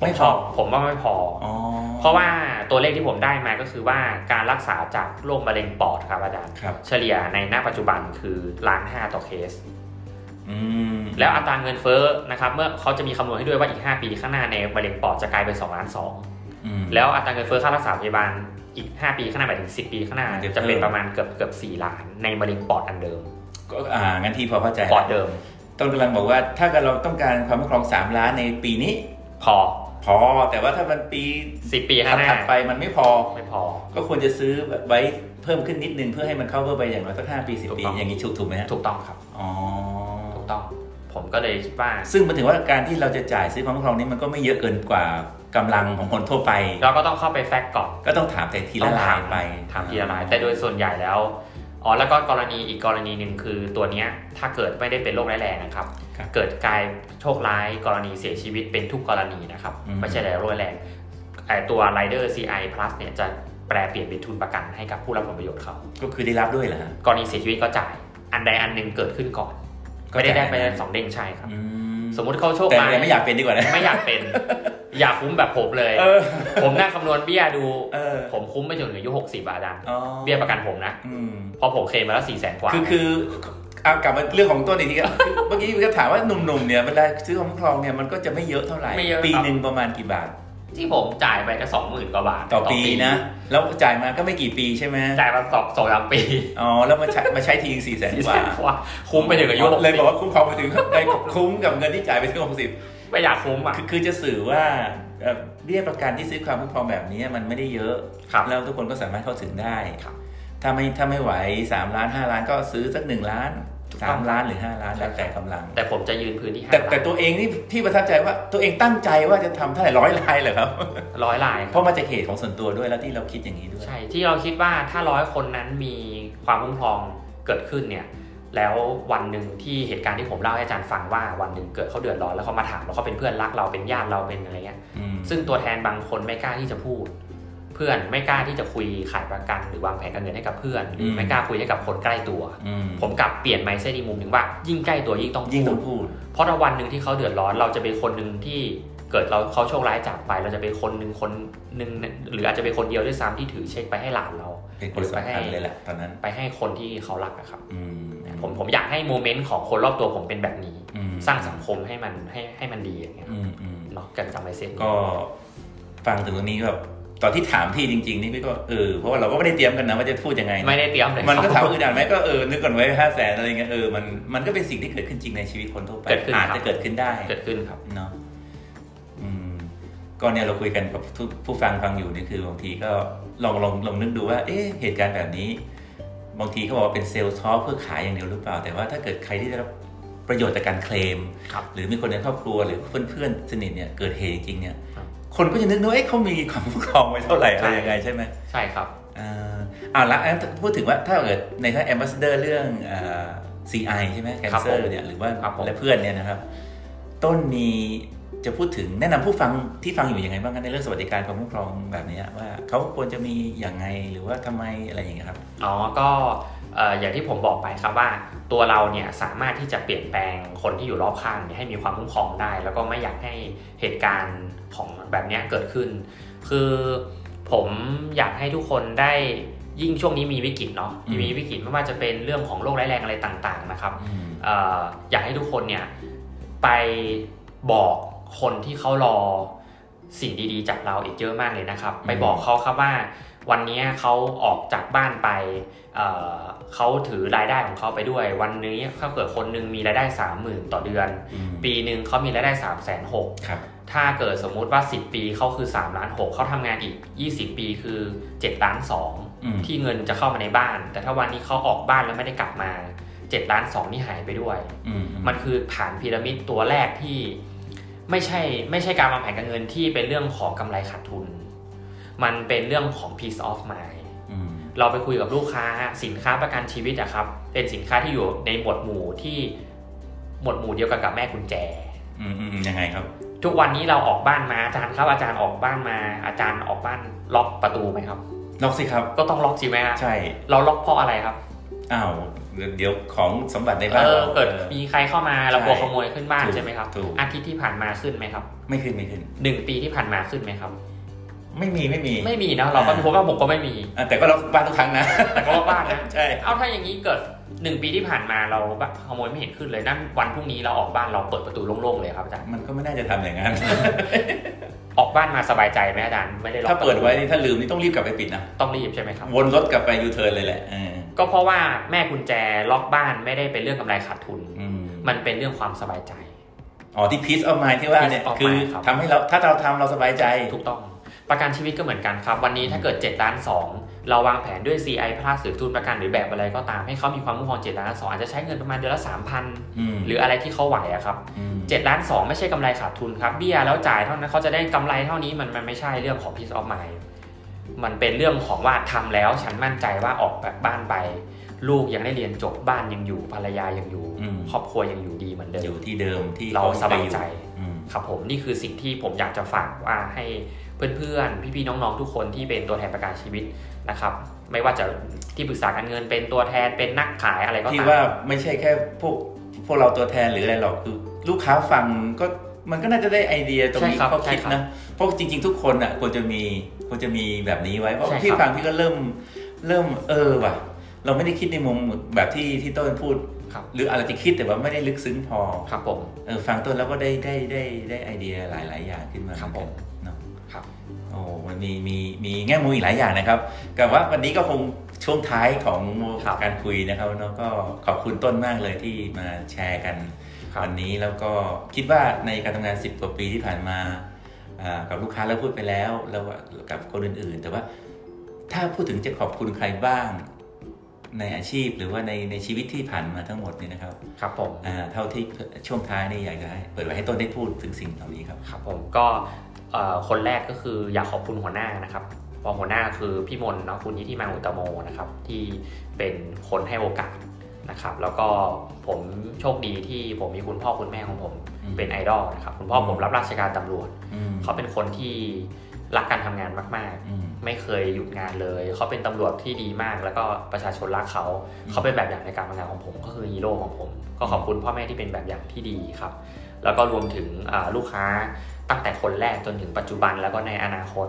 Speaker 2: ผ
Speaker 1: ไม่
Speaker 2: ม
Speaker 1: พอ
Speaker 2: ชอบผมว่าไม่พออ
Speaker 1: อ๋อ
Speaker 2: เพราะว่าตัวเลขที่ผมได้มาก็คือว่าการรักษาจากโรคมะเร็งปอดครับอาจารย์
Speaker 1: ครับ
Speaker 2: เฉลี่ยในหน้าปัจจุบันคือล้านห้าต่อเคส
Speaker 1: อืม
Speaker 2: แล้วอัตราเงินเฟ้อนะครับเมื่อเขาจะมีคำนวณให้ด้วยว่าอีก 5 ปีข้างหน้าในมะเร็งปอดจะกลายเป็น2ล้านสอง
Speaker 1: อืม
Speaker 2: แล้วอัตราเงินเฟ้อค่ารักษาพยาบาลอีก 5 ปีข้างหน้าหมายถึง 10 ปีข้างหน้า
Speaker 1: มันจะ
Speaker 2: จะเป็
Speaker 1: เพิ่
Speaker 2: น
Speaker 1: ม
Speaker 2: ประมาณเกือบเกือบ4ล้านในมะเร็งปอดอันเดิม
Speaker 1: ก็อ่างั้นที่พอเข้าใจ
Speaker 2: ปอดเดิม
Speaker 1: ต้นกำลังบอกว่าถ้าเกิดเราต้องการความคุ้มครอง 3 ล้านในปีนี้
Speaker 2: พอ
Speaker 1: พอแต่ว่าถ้ามันปี
Speaker 2: 10 ปีข้างหน้า
Speaker 1: ถัดๆไปมันไม่พอ
Speaker 2: ไม่พอ
Speaker 1: ก็ควรจะซื้อแบบไว้เพิ่มขึ้นนิดนึงเพื่อให้มันเข้าเพิ่มไปอย่างน้อยสักห้าปีสิบ
Speaker 2: ถูก
Speaker 1: ปี
Speaker 2: ต้อง
Speaker 1: อย่างนี้ถูกถูกไหมฮะ
Speaker 2: ถูกต้องครับ
Speaker 1: อ๋อ
Speaker 2: ถูกต้อง ผมก็เลยคิดว่า
Speaker 1: ซึ่งมันถึงว่าการที่เราจะจ่ายซื้อความคุ้มครองนี้มันก็ไม่เยอะเกินกว่ากำลังของคนทั่วไป
Speaker 2: เราก็ต้องเข้าไปแฟกต์ก่อน
Speaker 1: ก็ต้องถามแต่ทีละ
Speaker 2: ต้อง
Speaker 1: ลา
Speaker 2: ถาย ม
Speaker 1: ไป
Speaker 2: ถามทีละราย แต่โดยส่วนใหญ่แล้วอ๋อแล้วก็กรณีอีกกรณีหนึ่งคือตัวเนี้ยถ้าเกิดไม่ได้เป็นโรคร้ายแรงนะครับ
Speaker 1: ครับ
Speaker 2: เกิดกลายโชคร้ายกรณีเสียชีวิตเป็นทุกกรณีนะครับ
Speaker 1: อืม
Speaker 2: ไม่ใช่แต่โรคร้ายแรงไอตัว Rider CI Plus เนี่ยจะแปลเปลี่ยนเป็นทุนประกันให้กับผู้รับผลประโยชน์เขา
Speaker 1: ก็คือได้รับด้วยเหรอฮะ
Speaker 2: กรณีเสียชีวิตก็จ่ายอันใดอันหนึ่งเกิดขึ้นก่อน
Speaker 1: ก็
Speaker 2: ไม่ได้ได้
Speaker 1: จ่าย
Speaker 2: ไป
Speaker 1: อันนั้น
Speaker 2: สองเด้งใช่ครับ
Speaker 1: อืม
Speaker 2: สมมุติเขาโชค
Speaker 1: แต่
Speaker 2: ร้าย
Speaker 1: ยังไม่อยากเป็นดีกว่านะ
Speaker 2: ไม่อยากเป็น อยากคุ้มแบบผมเลย
Speaker 1: เออ
Speaker 2: ผมนั่งคำนวณเบี้ยดู
Speaker 1: เออ
Speaker 2: ผมคุ้มไปจนถึงอายุหกสิบอาจารย์
Speaker 1: อ๋อ
Speaker 2: เบี้ยประกันผมนะ
Speaker 1: อืม
Speaker 2: เพอผมเคลมมาแล้วสี่แสนกว่า
Speaker 1: คือคือเอากลับมาเรื่องของต้นอีกทีก็ เมื่อกี้ก็ถามว่าหนุ่มๆเนี่ยเวลาซื้อความคุ้มครองเนี่ยมันก็จะไม่เยอะเท่าไหร่
Speaker 2: ไม่เยอะ
Speaker 1: ปี
Speaker 2: ครับ
Speaker 1: หนึ่งประมาณกี่บาท
Speaker 2: ที่ผมจ่ายไปก็สองหมื่นกว่าบาท
Speaker 1: ต่อปีนะ แล้วจ่ายมาก็ไม่กี่ปีใช่ไหม
Speaker 2: จ่ายมาสองสองสามปี
Speaker 1: อ๋อแล้วมาใช้มาใช้ทีสี่แสน
Speaker 2: สี่
Speaker 1: ก
Speaker 2: แส
Speaker 1: ว่าน
Speaker 2: กว่าคุ้มไปถึงอายุหก
Speaker 1: เลย
Speaker 2: สิ
Speaker 1: บอบ กว่าคุ้มครองไปถึง ได้คุ้มกับเงินที่จ่ายไปถึงหกสิบ
Speaker 2: ไม่อยากคุ้มอ่ะ
Speaker 1: คือคือจะสื่อว่าเอ่อเบี้ยประกันที่ซื้อความคุ้มครองแบบนี้มันไม่ได้เยอะ
Speaker 2: ครับ
Speaker 1: แล้วทุกคนก็สามารถเข้าถึงได้
Speaker 2: ครับ
Speaker 1: ถ้าไม่ถ้าไม่ไหว 3 ล้าน 5 ล้านก็ซื้อสัก 1 ล้าน
Speaker 2: ถูกต้อง
Speaker 1: 3 ล้านหรือ 5 ล้านแล้วแต่กำลัง
Speaker 2: แต่ผมจะยืนพื้นที่ห้า
Speaker 1: แต่แต่ตัวเองนี่ที่ประทับใจว่าตัวเองตั้งใจว่าจะทำเท่าไหร่ร้อยลายเหรอครับ
Speaker 2: ร้อยลาย
Speaker 1: เพราะมาจากเหตุของส่วนตัวด้วยแล้วที่เราคิดอย่างนี้ด้วย
Speaker 2: ใช่ที่เราคิดว่าถ้าร้อยคนนั้นมีความคุ้มครองเกิดขึ้นเนี่ยแล้ววันหนึ่งที่เหตุการณ์ที่ผมเล่าให้อาจารย์ฟังว่าวันหนึ่งเกิดเขาเดือดร้อนแล้วเขามาถามแล้วเขาเป็นเพื่อนรักเราเป็นญาติเราเป็นอะไรเงี้ย
Speaker 1: อืม
Speaker 2: ซึ่งตัวแทนบางคนไม่กล้าที่จะพูด เพื่อนไม่กล้าที่จะคุยขายประกันหรือวางแผนการเงินให้กับเพื่อนหรือไม่กล้าคุยให้กับคนใกล้ตัว
Speaker 1: อืม
Speaker 2: ผมกลับเปลี่ยนไมเซตอีกมุมหนึ่งว่ายิ่งใกล้ตัวยิ่งต้อง
Speaker 1: ยิ่ง
Speaker 2: พู
Speaker 1: ต้อ
Speaker 2: ด
Speaker 1: งพูด
Speaker 2: เพราะถ้าวันหนึ่งที่เขาเดือดร้อนเราจะเป็นคนหนึ่งที่เกิดเราเขาโชคร้ายจากไป เราจะเป็นคนหนึ่งคนหนึ่งหรืออาจจะเป็นคนเดียวด้วยซ้ำที่ถือเช็คไปให้หลานเรา
Speaker 1: เป็นคนสำคัญเลยแหละตอนนั้น
Speaker 2: ไปให้คนที่เขารักอะครับ
Speaker 1: อืม
Speaker 2: ผมผมอยากให้โมเมนต์ของคนรอบตัวผมเป็นแบบนี้
Speaker 1: อืม
Speaker 2: สร้างสังคมให้มันให้ให้มันดีอย่างเงี้ย
Speaker 1: อืมอืม
Speaker 2: เนาะกันจำไว้เส้น
Speaker 1: ก็ฟังถึงตรงนี้ก็แบบตอนที่ถามพี่จริง ๆ นี่พี่ก็เออเพราะว่าเราก็ไม่ได้เตรียมกันนะว่าจะพูดยังไง
Speaker 2: ไม่ได้เตรียมเลย
Speaker 1: มันก็
Speaker 2: ค
Speaker 1: ถาม
Speaker 2: รับ
Speaker 1: ว่าอึดอัดไหมก็เออนึกก่อนไว้ห้าแสนอะไรเงี้ยเออมันมันก็เป็นสิ่งที่เกิดขึ้นจริงในชีวิตคนทั่วไป
Speaker 2: เกิดขึ้นครับ
Speaker 1: อาจจะเกิดขึ้นได้
Speaker 2: เกิดขึ้นครับ
Speaker 1: เนาะอืมก็เนี่ยเราคุยกันกับทุกผู้ฟังฟังอยู่นี่คือบางทีก็ลองลองลองนึกดูว่า เอ๊ะเหตุการณ์แบบนี้ บางทีเขาบอกว่าเป็นเซลล์ท็อปเพื่อขายอย่างเดียวหรือเปล่า แต่ว่าถ้าเกิดใครที่ได้รับประโยชน์จากการเคลม
Speaker 2: ครับ
Speaker 1: หรือมีคนในครอบครัวหรือเพื่อนๆสนิทเนี่ยเกิดเหตุจริงๆเนี่ย
Speaker 2: ครับ
Speaker 1: คนก็จะนึกนะว่าเอ๊ะเขามีความคุ้มครองไว้เท่าไหร่อะ
Speaker 2: ใช่
Speaker 1: ไรยังไงใช่ไหม
Speaker 2: ใช่ครับ
Speaker 1: เอ่าเอาละงั้นพูดถึงว่าถ้าเกิดในท่านแอมบาสเดอร์เรื่องเอ่อ CI ใช่ไหมแค
Speaker 2: ครับ
Speaker 1: เซ
Speaker 2: ผ
Speaker 1: อ
Speaker 2: ม
Speaker 1: ร์เนี่ยหรือว่า
Speaker 2: ครับผม
Speaker 1: และเพื่อนเนี่ยนะครับ ต้นมีจะพูดถึงแนะนำผู้ฟังที่ฟังอยู่ยังไงบ้างกันในเรื่องสวัสดิการความคุ้มครองแบบเนี้ยว่าเขาควรจะมีอย่างไงหรือว่าทำไมอะไรอย่างเงี้ยครับ
Speaker 2: อ๋อก็เอ่ออย่างที่ผมบอกไปครับว่า ตัวเราเนี่ยสามารถที่จะเปลี่ยนแปลงคนที่อยู่รอบข้างเนี่ยให้มีความคุ้มครองได้ แล้วก็ไม่อยากให้เหตุการณ์ของแบบเนี้ยเกิดขึ้น คือผมอยากให้ทุกคนได้ยิ่งช่วงนี้มีวิกฤตเนาะ
Speaker 1: อืม
Speaker 2: มีวิกฤตไม่ว่าจะเป็นเรื่องของโรคร้ายแรงอะไรต่างๆนะครับ
Speaker 1: อืม
Speaker 2: เอ่ออยากให้ทุกคนเนี่ยไปบอกคนที่เขารอสิ่งดีๆ จากเราอีกเยอะมากเลยนะครับ
Speaker 1: อืม
Speaker 2: ไปบอกเขาครับว่าวันนี้เขาออกจากบ้านไปเอ่อเขาถือรายได้ของเขาไปด้วย วันนี้ถ้าเกิดคนหนึงมีรายได้ 30,000 ต่อเดือน
Speaker 1: อืม
Speaker 2: ปีหนึ่งเขามีรายได้ 3 6 0 0 0
Speaker 1: ครับ
Speaker 2: ถ้าเกิดสมมุติว่า 10 ปีเขาคือ3ล้าน6เขาทำงานอีก 20 ปีคือ7ล้าน
Speaker 1: อืม
Speaker 2: 2ที่เงินจะเข้ามาในบ้าน แต่ถ้าวันนี้เขาออกบ้านแล้วไม่ได้กลับมา7ล้าน2นี่หายไปด้วย
Speaker 1: อืม
Speaker 2: มันคือฐานพีระมิดตัวแรกที่ ไม่ใช่ไม่ใช่การวางแผนการเงินที่เป็นเรื่องของกำไรขาดทุน มันเป็นเรื่องของ peace of mind
Speaker 1: อืม
Speaker 2: เราไปคุยกับลูกค้าสินค้าประกันชีวิตอะครับ เป็นสินค้าที่อยู่ในหมวดหมู่ที่หมวดหมู่เดียวกันกับแม่กุญแจ
Speaker 1: อืมอืมยังไงครับ
Speaker 2: ทุกวันนี้เราออกบ้านมาอาจารย์ครับอาจารย์ออกบ้านมา อาจารย์ออกบ้านล็อกประตูไหมครับ
Speaker 1: ล็อกสิครับ
Speaker 2: ก็ต้องล็อกสิไหมฮะ
Speaker 1: ใช่
Speaker 2: เราล็อกเพราะอะไรครับ
Speaker 1: อ้าวเดี๋ยวของสมบัติใน
Speaker 2: เอ
Speaker 1: บ้าน
Speaker 2: อ
Speaker 1: เรา
Speaker 2: เกิดมีใครเข้ามาเรา
Speaker 1: ใช่
Speaker 2: กลัวขโมยขึ้นบ้าน
Speaker 1: ถูก
Speaker 2: ใช่ไหมครับ
Speaker 1: ถูก
Speaker 2: อาทิตย์ที่ผ่านมาขึ้นไหมครับ
Speaker 1: ไม่ขึ้นไม่ขึ้น
Speaker 2: หนึ่งปีที่ผ่านมาขึ้นไหมครับ
Speaker 1: ไม่มีไม่มี
Speaker 2: ไม่มีนะเราก็พบว่าผมก็ไม่มี
Speaker 1: อ่ะแต่ก็ล็อกบ้านทุกครั้งนะ
Speaker 2: แต่ก็ว่าบ้านนะ
Speaker 1: ใช่
Speaker 2: เอาถ้าอย่างนี้เกิดหนึ่งปีที่ผ่านมาเราแบบขโมยไม่เห็นขึ้นเลยนั่นวันพรุ่งนี้เราออกบ้านเราเปิดประตูโล่งๆเลยครับอาจารย์
Speaker 1: มันก็ไม่น่าจะทำอย่าง นั้น
Speaker 2: ออกบ้านมาสบายใจไหมอาจารย์ไม่ได้ล็อก
Speaker 1: ถ้าเปิดไว้
Speaker 2: ระตู
Speaker 1: นี่ถ้าลืมนี่ต้องรีบกลับไปปิดนะ
Speaker 2: ต้องรีบใช่ไหมครับ
Speaker 1: วนรถกลับไปยูเทิร์นเลยแหละเออ
Speaker 2: ก็เพราะว่าแม่กุญแจล็อกบ้านไม่ได้เป็นเรื่องกำไรขาดทุน
Speaker 1: อืม
Speaker 2: มันเป็นเรื่องความสบายใจ
Speaker 1: อ๋อที่ peace of mind ที่ว่าเนี่ย
Speaker 2: Peace of
Speaker 1: คือ
Speaker 2: mind ครับ
Speaker 1: ทำให้เราถ้าเราทำเราสบายใจ
Speaker 2: ถูกต้อง ประกันชีวิตก็เหมือนกันครับ วันนี้ถ้าเกิด7ล้าน2เราวางแผนด้วย CI พลาสหรือทุนประกันหรือแบบอะไรก็ตามให้เขามีความมุ่งมั่น7ล้าน2อาจจะใช้เงินประมาณเดือนละ
Speaker 1: อืม
Speaker 2: 3,000หรืออะไรที่เขาไหวอะครับ
Speaker 1: ม
Speaker 2: เจ็ดล้านสองไม่ใช่กำไรขาดทุนครับเบี้ยแล้วจ่ายเท่านั้นเขาจะได้กำไรเท่านี้มันมันไม่ใช่เรื่องของ peace of mind มันเป็นเรื่องของว่าทำแล้วฉันมั่นใจว่าออกแบบบ้านไป ลูกยังได้เรียนจบบ้านยังอยู่ภรรยายังอยู่
Speaker 1: อืม
Speaker 2: ครอบครัวยังอยู่ดีเหมือนเดิ
Speaker 1: อยู่
Speaker 2: ม
Speaker 1: ที่เดิมที่
Speaker 2: เราสบายใจ
Speaker 1: อืม
Speaker 2: ครับผมนี่คือสิ่งที่ผมอยากจะฝากว่าให้เพื่อนๆ พี่ๆ น้องๆ ทุกคนที่เป็นตัวแทนประกันชีวิตนะครับ ไม่ว่าจะที่ปรึกษาการเงินเป็นตัวแทนเป็นนักขายอะไรก็
Speaker 1: ที่
Speaker 2: ตาม
Speaker 1: ว่าไม่ใช่แค่พวกพวกเราตัวแทนหรืออะไรหรอกคือ ลูกค้าฟังก็มันก็น่าจะได้ไอเดียตรงนี้
Speaker 2: ใช่ครับ
Speaker 1: เขาคิด
Speaker 2: ใช่ครับ
Speaker 1: นะเพราะจริง ๆ ทุกคนอ่ะควรจะมีควรจะมีแบบนี้ไว้เพราะ
Speaker 2: ใช่ครับ
Speaker 1: พี่ฟังพี่ก็เริ่มเริ่มเออว่ะ เราไม่ได้คิดในมุมแบบที่ที่ต้นพูด
Speaker 2: ครับ
Speaker 1: หรืออาจจะคิดแต่ว่าไม่ได้ลึกซึ้งพอ
Speaker 2: ครับผม
Speaker 1: เออฟังต้นแล้วก็ได้ได้ได้ได้ไอเดียหลาย ๆ อย่างขึ้นมา
Speaker 2: ครับผม
Speaker 1: เนาะ
Speaker 2: ครับ
Speaker 1: โอ้มันมีมีมีแง่มุมอีกหลายอย่างนะครับแต่ว่าวันนี้ก็คงช่วงท้ายของ
Speaker 2: ครับ
Speaker 1: การคุยนะครับเนาะก็ขอบคุณต้นมากเลยที่มาแชร์กัน
Speaker 2: ครับ
Speaker 1: วันนี้แล้วก็คิดว่าในการทำงาน 10 กว่าปีที่ผ่านมาอ่ากับลูกค้าเราพูดไปแล้วแล้วก็กับคนอื่น ๆ แต่ว่าถ้าพูดถึงจะขอบคุณใครบ้าง ในอาชีพหรือว่าในในชีวิตที่ผ่านมาทั้งหมดเนี่ยนะครับ
Speaker 2: ครับผม
Speaker 1: อ่าเท่าที่ช่วงท้ายนี่อยากจะให้เปิดไว้ให้ต้นได้พูดถึงสิ่งเหล่านี้ครับ
Speaker 2: ครับผมก็เอ่อคนแรกก็คืออยากขอบคุณหัวหน้านะครับเพอหัวหน้าคือพี่มนต์เนาะคุณนิติมาอุตโมนะครับ ที่เป็นคนให้โอกาสนะครับ แล้วก็ผมโชคดีที่ผมมีคุณพ่อคุณแม่ของผม
Speaker 1: อืม
Speaker 2: เป็นไอดอลนะครับ คุณพ่อผมรับราชการตำรวจ
Speaker 1: อืม
Speaker 2: เขาเป็นคนที่รักการทำงานมาก
Speaker 1: อืม
Speaker 2: ๆ ไม่เคยหยุดงานเลย เขาเป็นตำรวจที่ดีมาก แล้วก็ประชาชนรักเขา
Speaker 1: อืม
Speaker 2: เขาเป็นแบบอย่างในการทำงานของผม ก็คือฮีโร่ของผม ก็ขอบคุณพ่อแม่ที่เป็นแบบอย่างที่ดีครับ แล้วก็รวมถึงอ่าลูกค้าตั้งแต่คนแรกจนถึงปัจจุบันแล้วก็ในอนาคต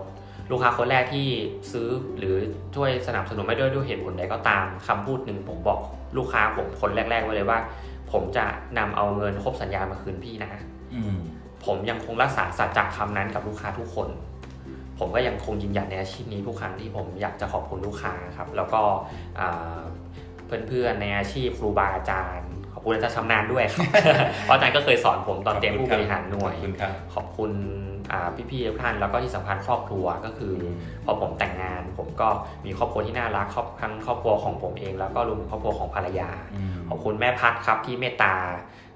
Speaker 2: ลูกค้าคนแรกที่ซื้อหรือช่วยสนับสนุนไม่ด้วยด้วยเหตุผลใดก็ตามคำพูดหนึ่งผมบอกลูกค้าผมคนแรกๆไว้เลยว่า ผมจะนำเอาเงินครบสัญญามาคืนพี่นะ
Speaker 1: อืม
Speaker 2: ผมยังคงรักษาสัจจะคำนั้นกับลูกค้าทุกคน ผมก็ยังคงยืนหยัดในอาชีพนี้ทุกครั้งที่ผมอยากจะขอบคุณลูกค้าครับ แล้วก็อ่าเพื่อนๆในอาชีพครูบาอาจารย์ ขอบคุณอาจารย์ชำนาญด้วยครับ เพราะอาจารย์ก็เคยสอนผมตอนเตรียมผู้บริหารหน่วย
Speaker 1: ขอบคุณครับ
Speaker 2: ขอบคุณอ่าพี่ๆทุกท่านแล้วก็ที่สำคัญครอบครัวก็คือ พอผมแต่งงาน ผมก็มีครอบครัวที่น่ารักครอบทั้งครอบครัวของผมเอง แล้วก็รวมถึงครอบครัวของภรรยา
Speaker 1: อืม
Speaker 2: ขอบคุณแม่พัดครับที่เมตตา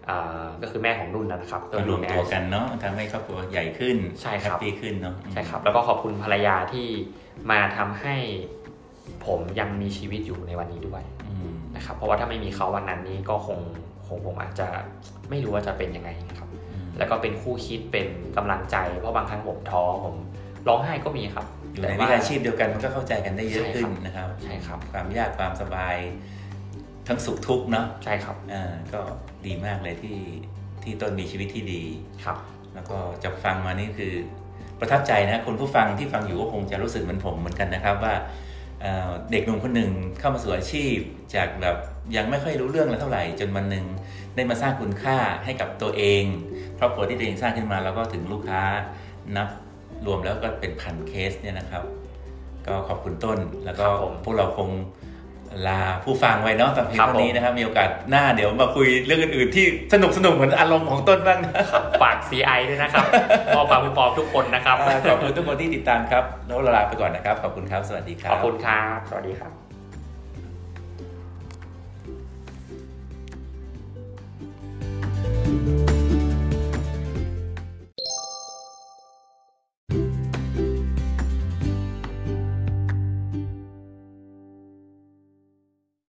Speaker 2: อ่าก็คือแม่ของนุ่นนะครับ
Speaker 1: ก็รวมตัวกันเนาะทำให้ครอบครัวใหญ่ขึ้น
Speaker 2: ใช่ครั
Speaker 1: แฮ
Speaker 2: บ
Speaker 1: ปปี้ขึ้นเนาะ
Speaker 2: ใช่ครับ แล้วก็ขอบคุณภรรยาที่มาทำให้ผมยังมีชีวิตอยู่ในวันนี้ด้วย
Speaker 1: อืม
Speaker 2: นะครับ เพราะว่าถ้าไม่มีเขาวันนั้นนี้ก็คงคงผมอาจจะไม่รู้ว่าจะเป็นยังไงครับ
Speaker 1: อืม
Speaker 2: แล้วก็เป็นคู่คิดเป็นกำลังใจ เพราะบางครั้งผมท้อผมร้องไห้ก็มีครับ
Speaker 1: อยู่
Speaker 2: แต่
Speaker 1: ในวิ
Speaker 2: ว่า
Speaker 1: ชาชีพเดียวกันมันก็เข้าใจกันได้เยอะ
Speaker 2: ใช่ครับ
Speaker 1: ขึ้นนะครับ
Speaker 2: ใช่ครับ
Speaker 1: ความยากความสบาย ทั้งสุขทุกข์เนาะ
Speaker 2: ใช่ครับ
Speaker 1: อ่าก็ดีมากเลยที่ที่ต้นมีชีวิตที่ดี
Speaker 2: ครับ
Speaker 1: แล้วก็จากฟังมานี่คือประทับใจนะคนผู้ฟังที่ฟังอยู่ก็คงจะรู้สึกเหมือนผมเหมือนกันนะครับว่าเอ่อเด็กหนุ่มคนหนึ่งเข้ามาสู่อาชีพ จากแบบยังไม่ค่อยรู้เรื่องเลยเท่าไหร่ จนวันหนึ่งได้มาสร้างคุณค่าให้กับตัวเองครอบครัวที่ตัวเองสร้างขึ้นมาแล้วก็ถึงลูกค้านับรวมแล้วก็เป็นพันเคสเนี่ยนะครับ ก็ขอบคุณต้นแล้วก็
Speaker 2: ครับผม
Speaker 1: พวกเราคงลาผู้ฟังไว้เนาะสำหรับเพลง
Speaker 2: ครับ
Speaker 1: เท่านี้
Speaker 2: ผม
Speaker 1: นะครับมีโอกาสหน้าเดี๋ยวมาคุยเรื่องอื่นๆที่สนุกสนุกๆเหมือนอารมณ์ของต้นบ้างนะ
Speaker 2: ฝาก CI ด้วย นะครับขอฝากคุณปอมทุกคนนะครับ
Speaker 1: อ่าขอบคุณทุกคนที่ติดตามครับ แล้วเราลาไปก่อนนะครับ ขอบคุณครับ สวัสดีครั
Speaker 2: ข
Speaker 1: บ
Speaker 2: อบคุณครับ สวัสดีครับ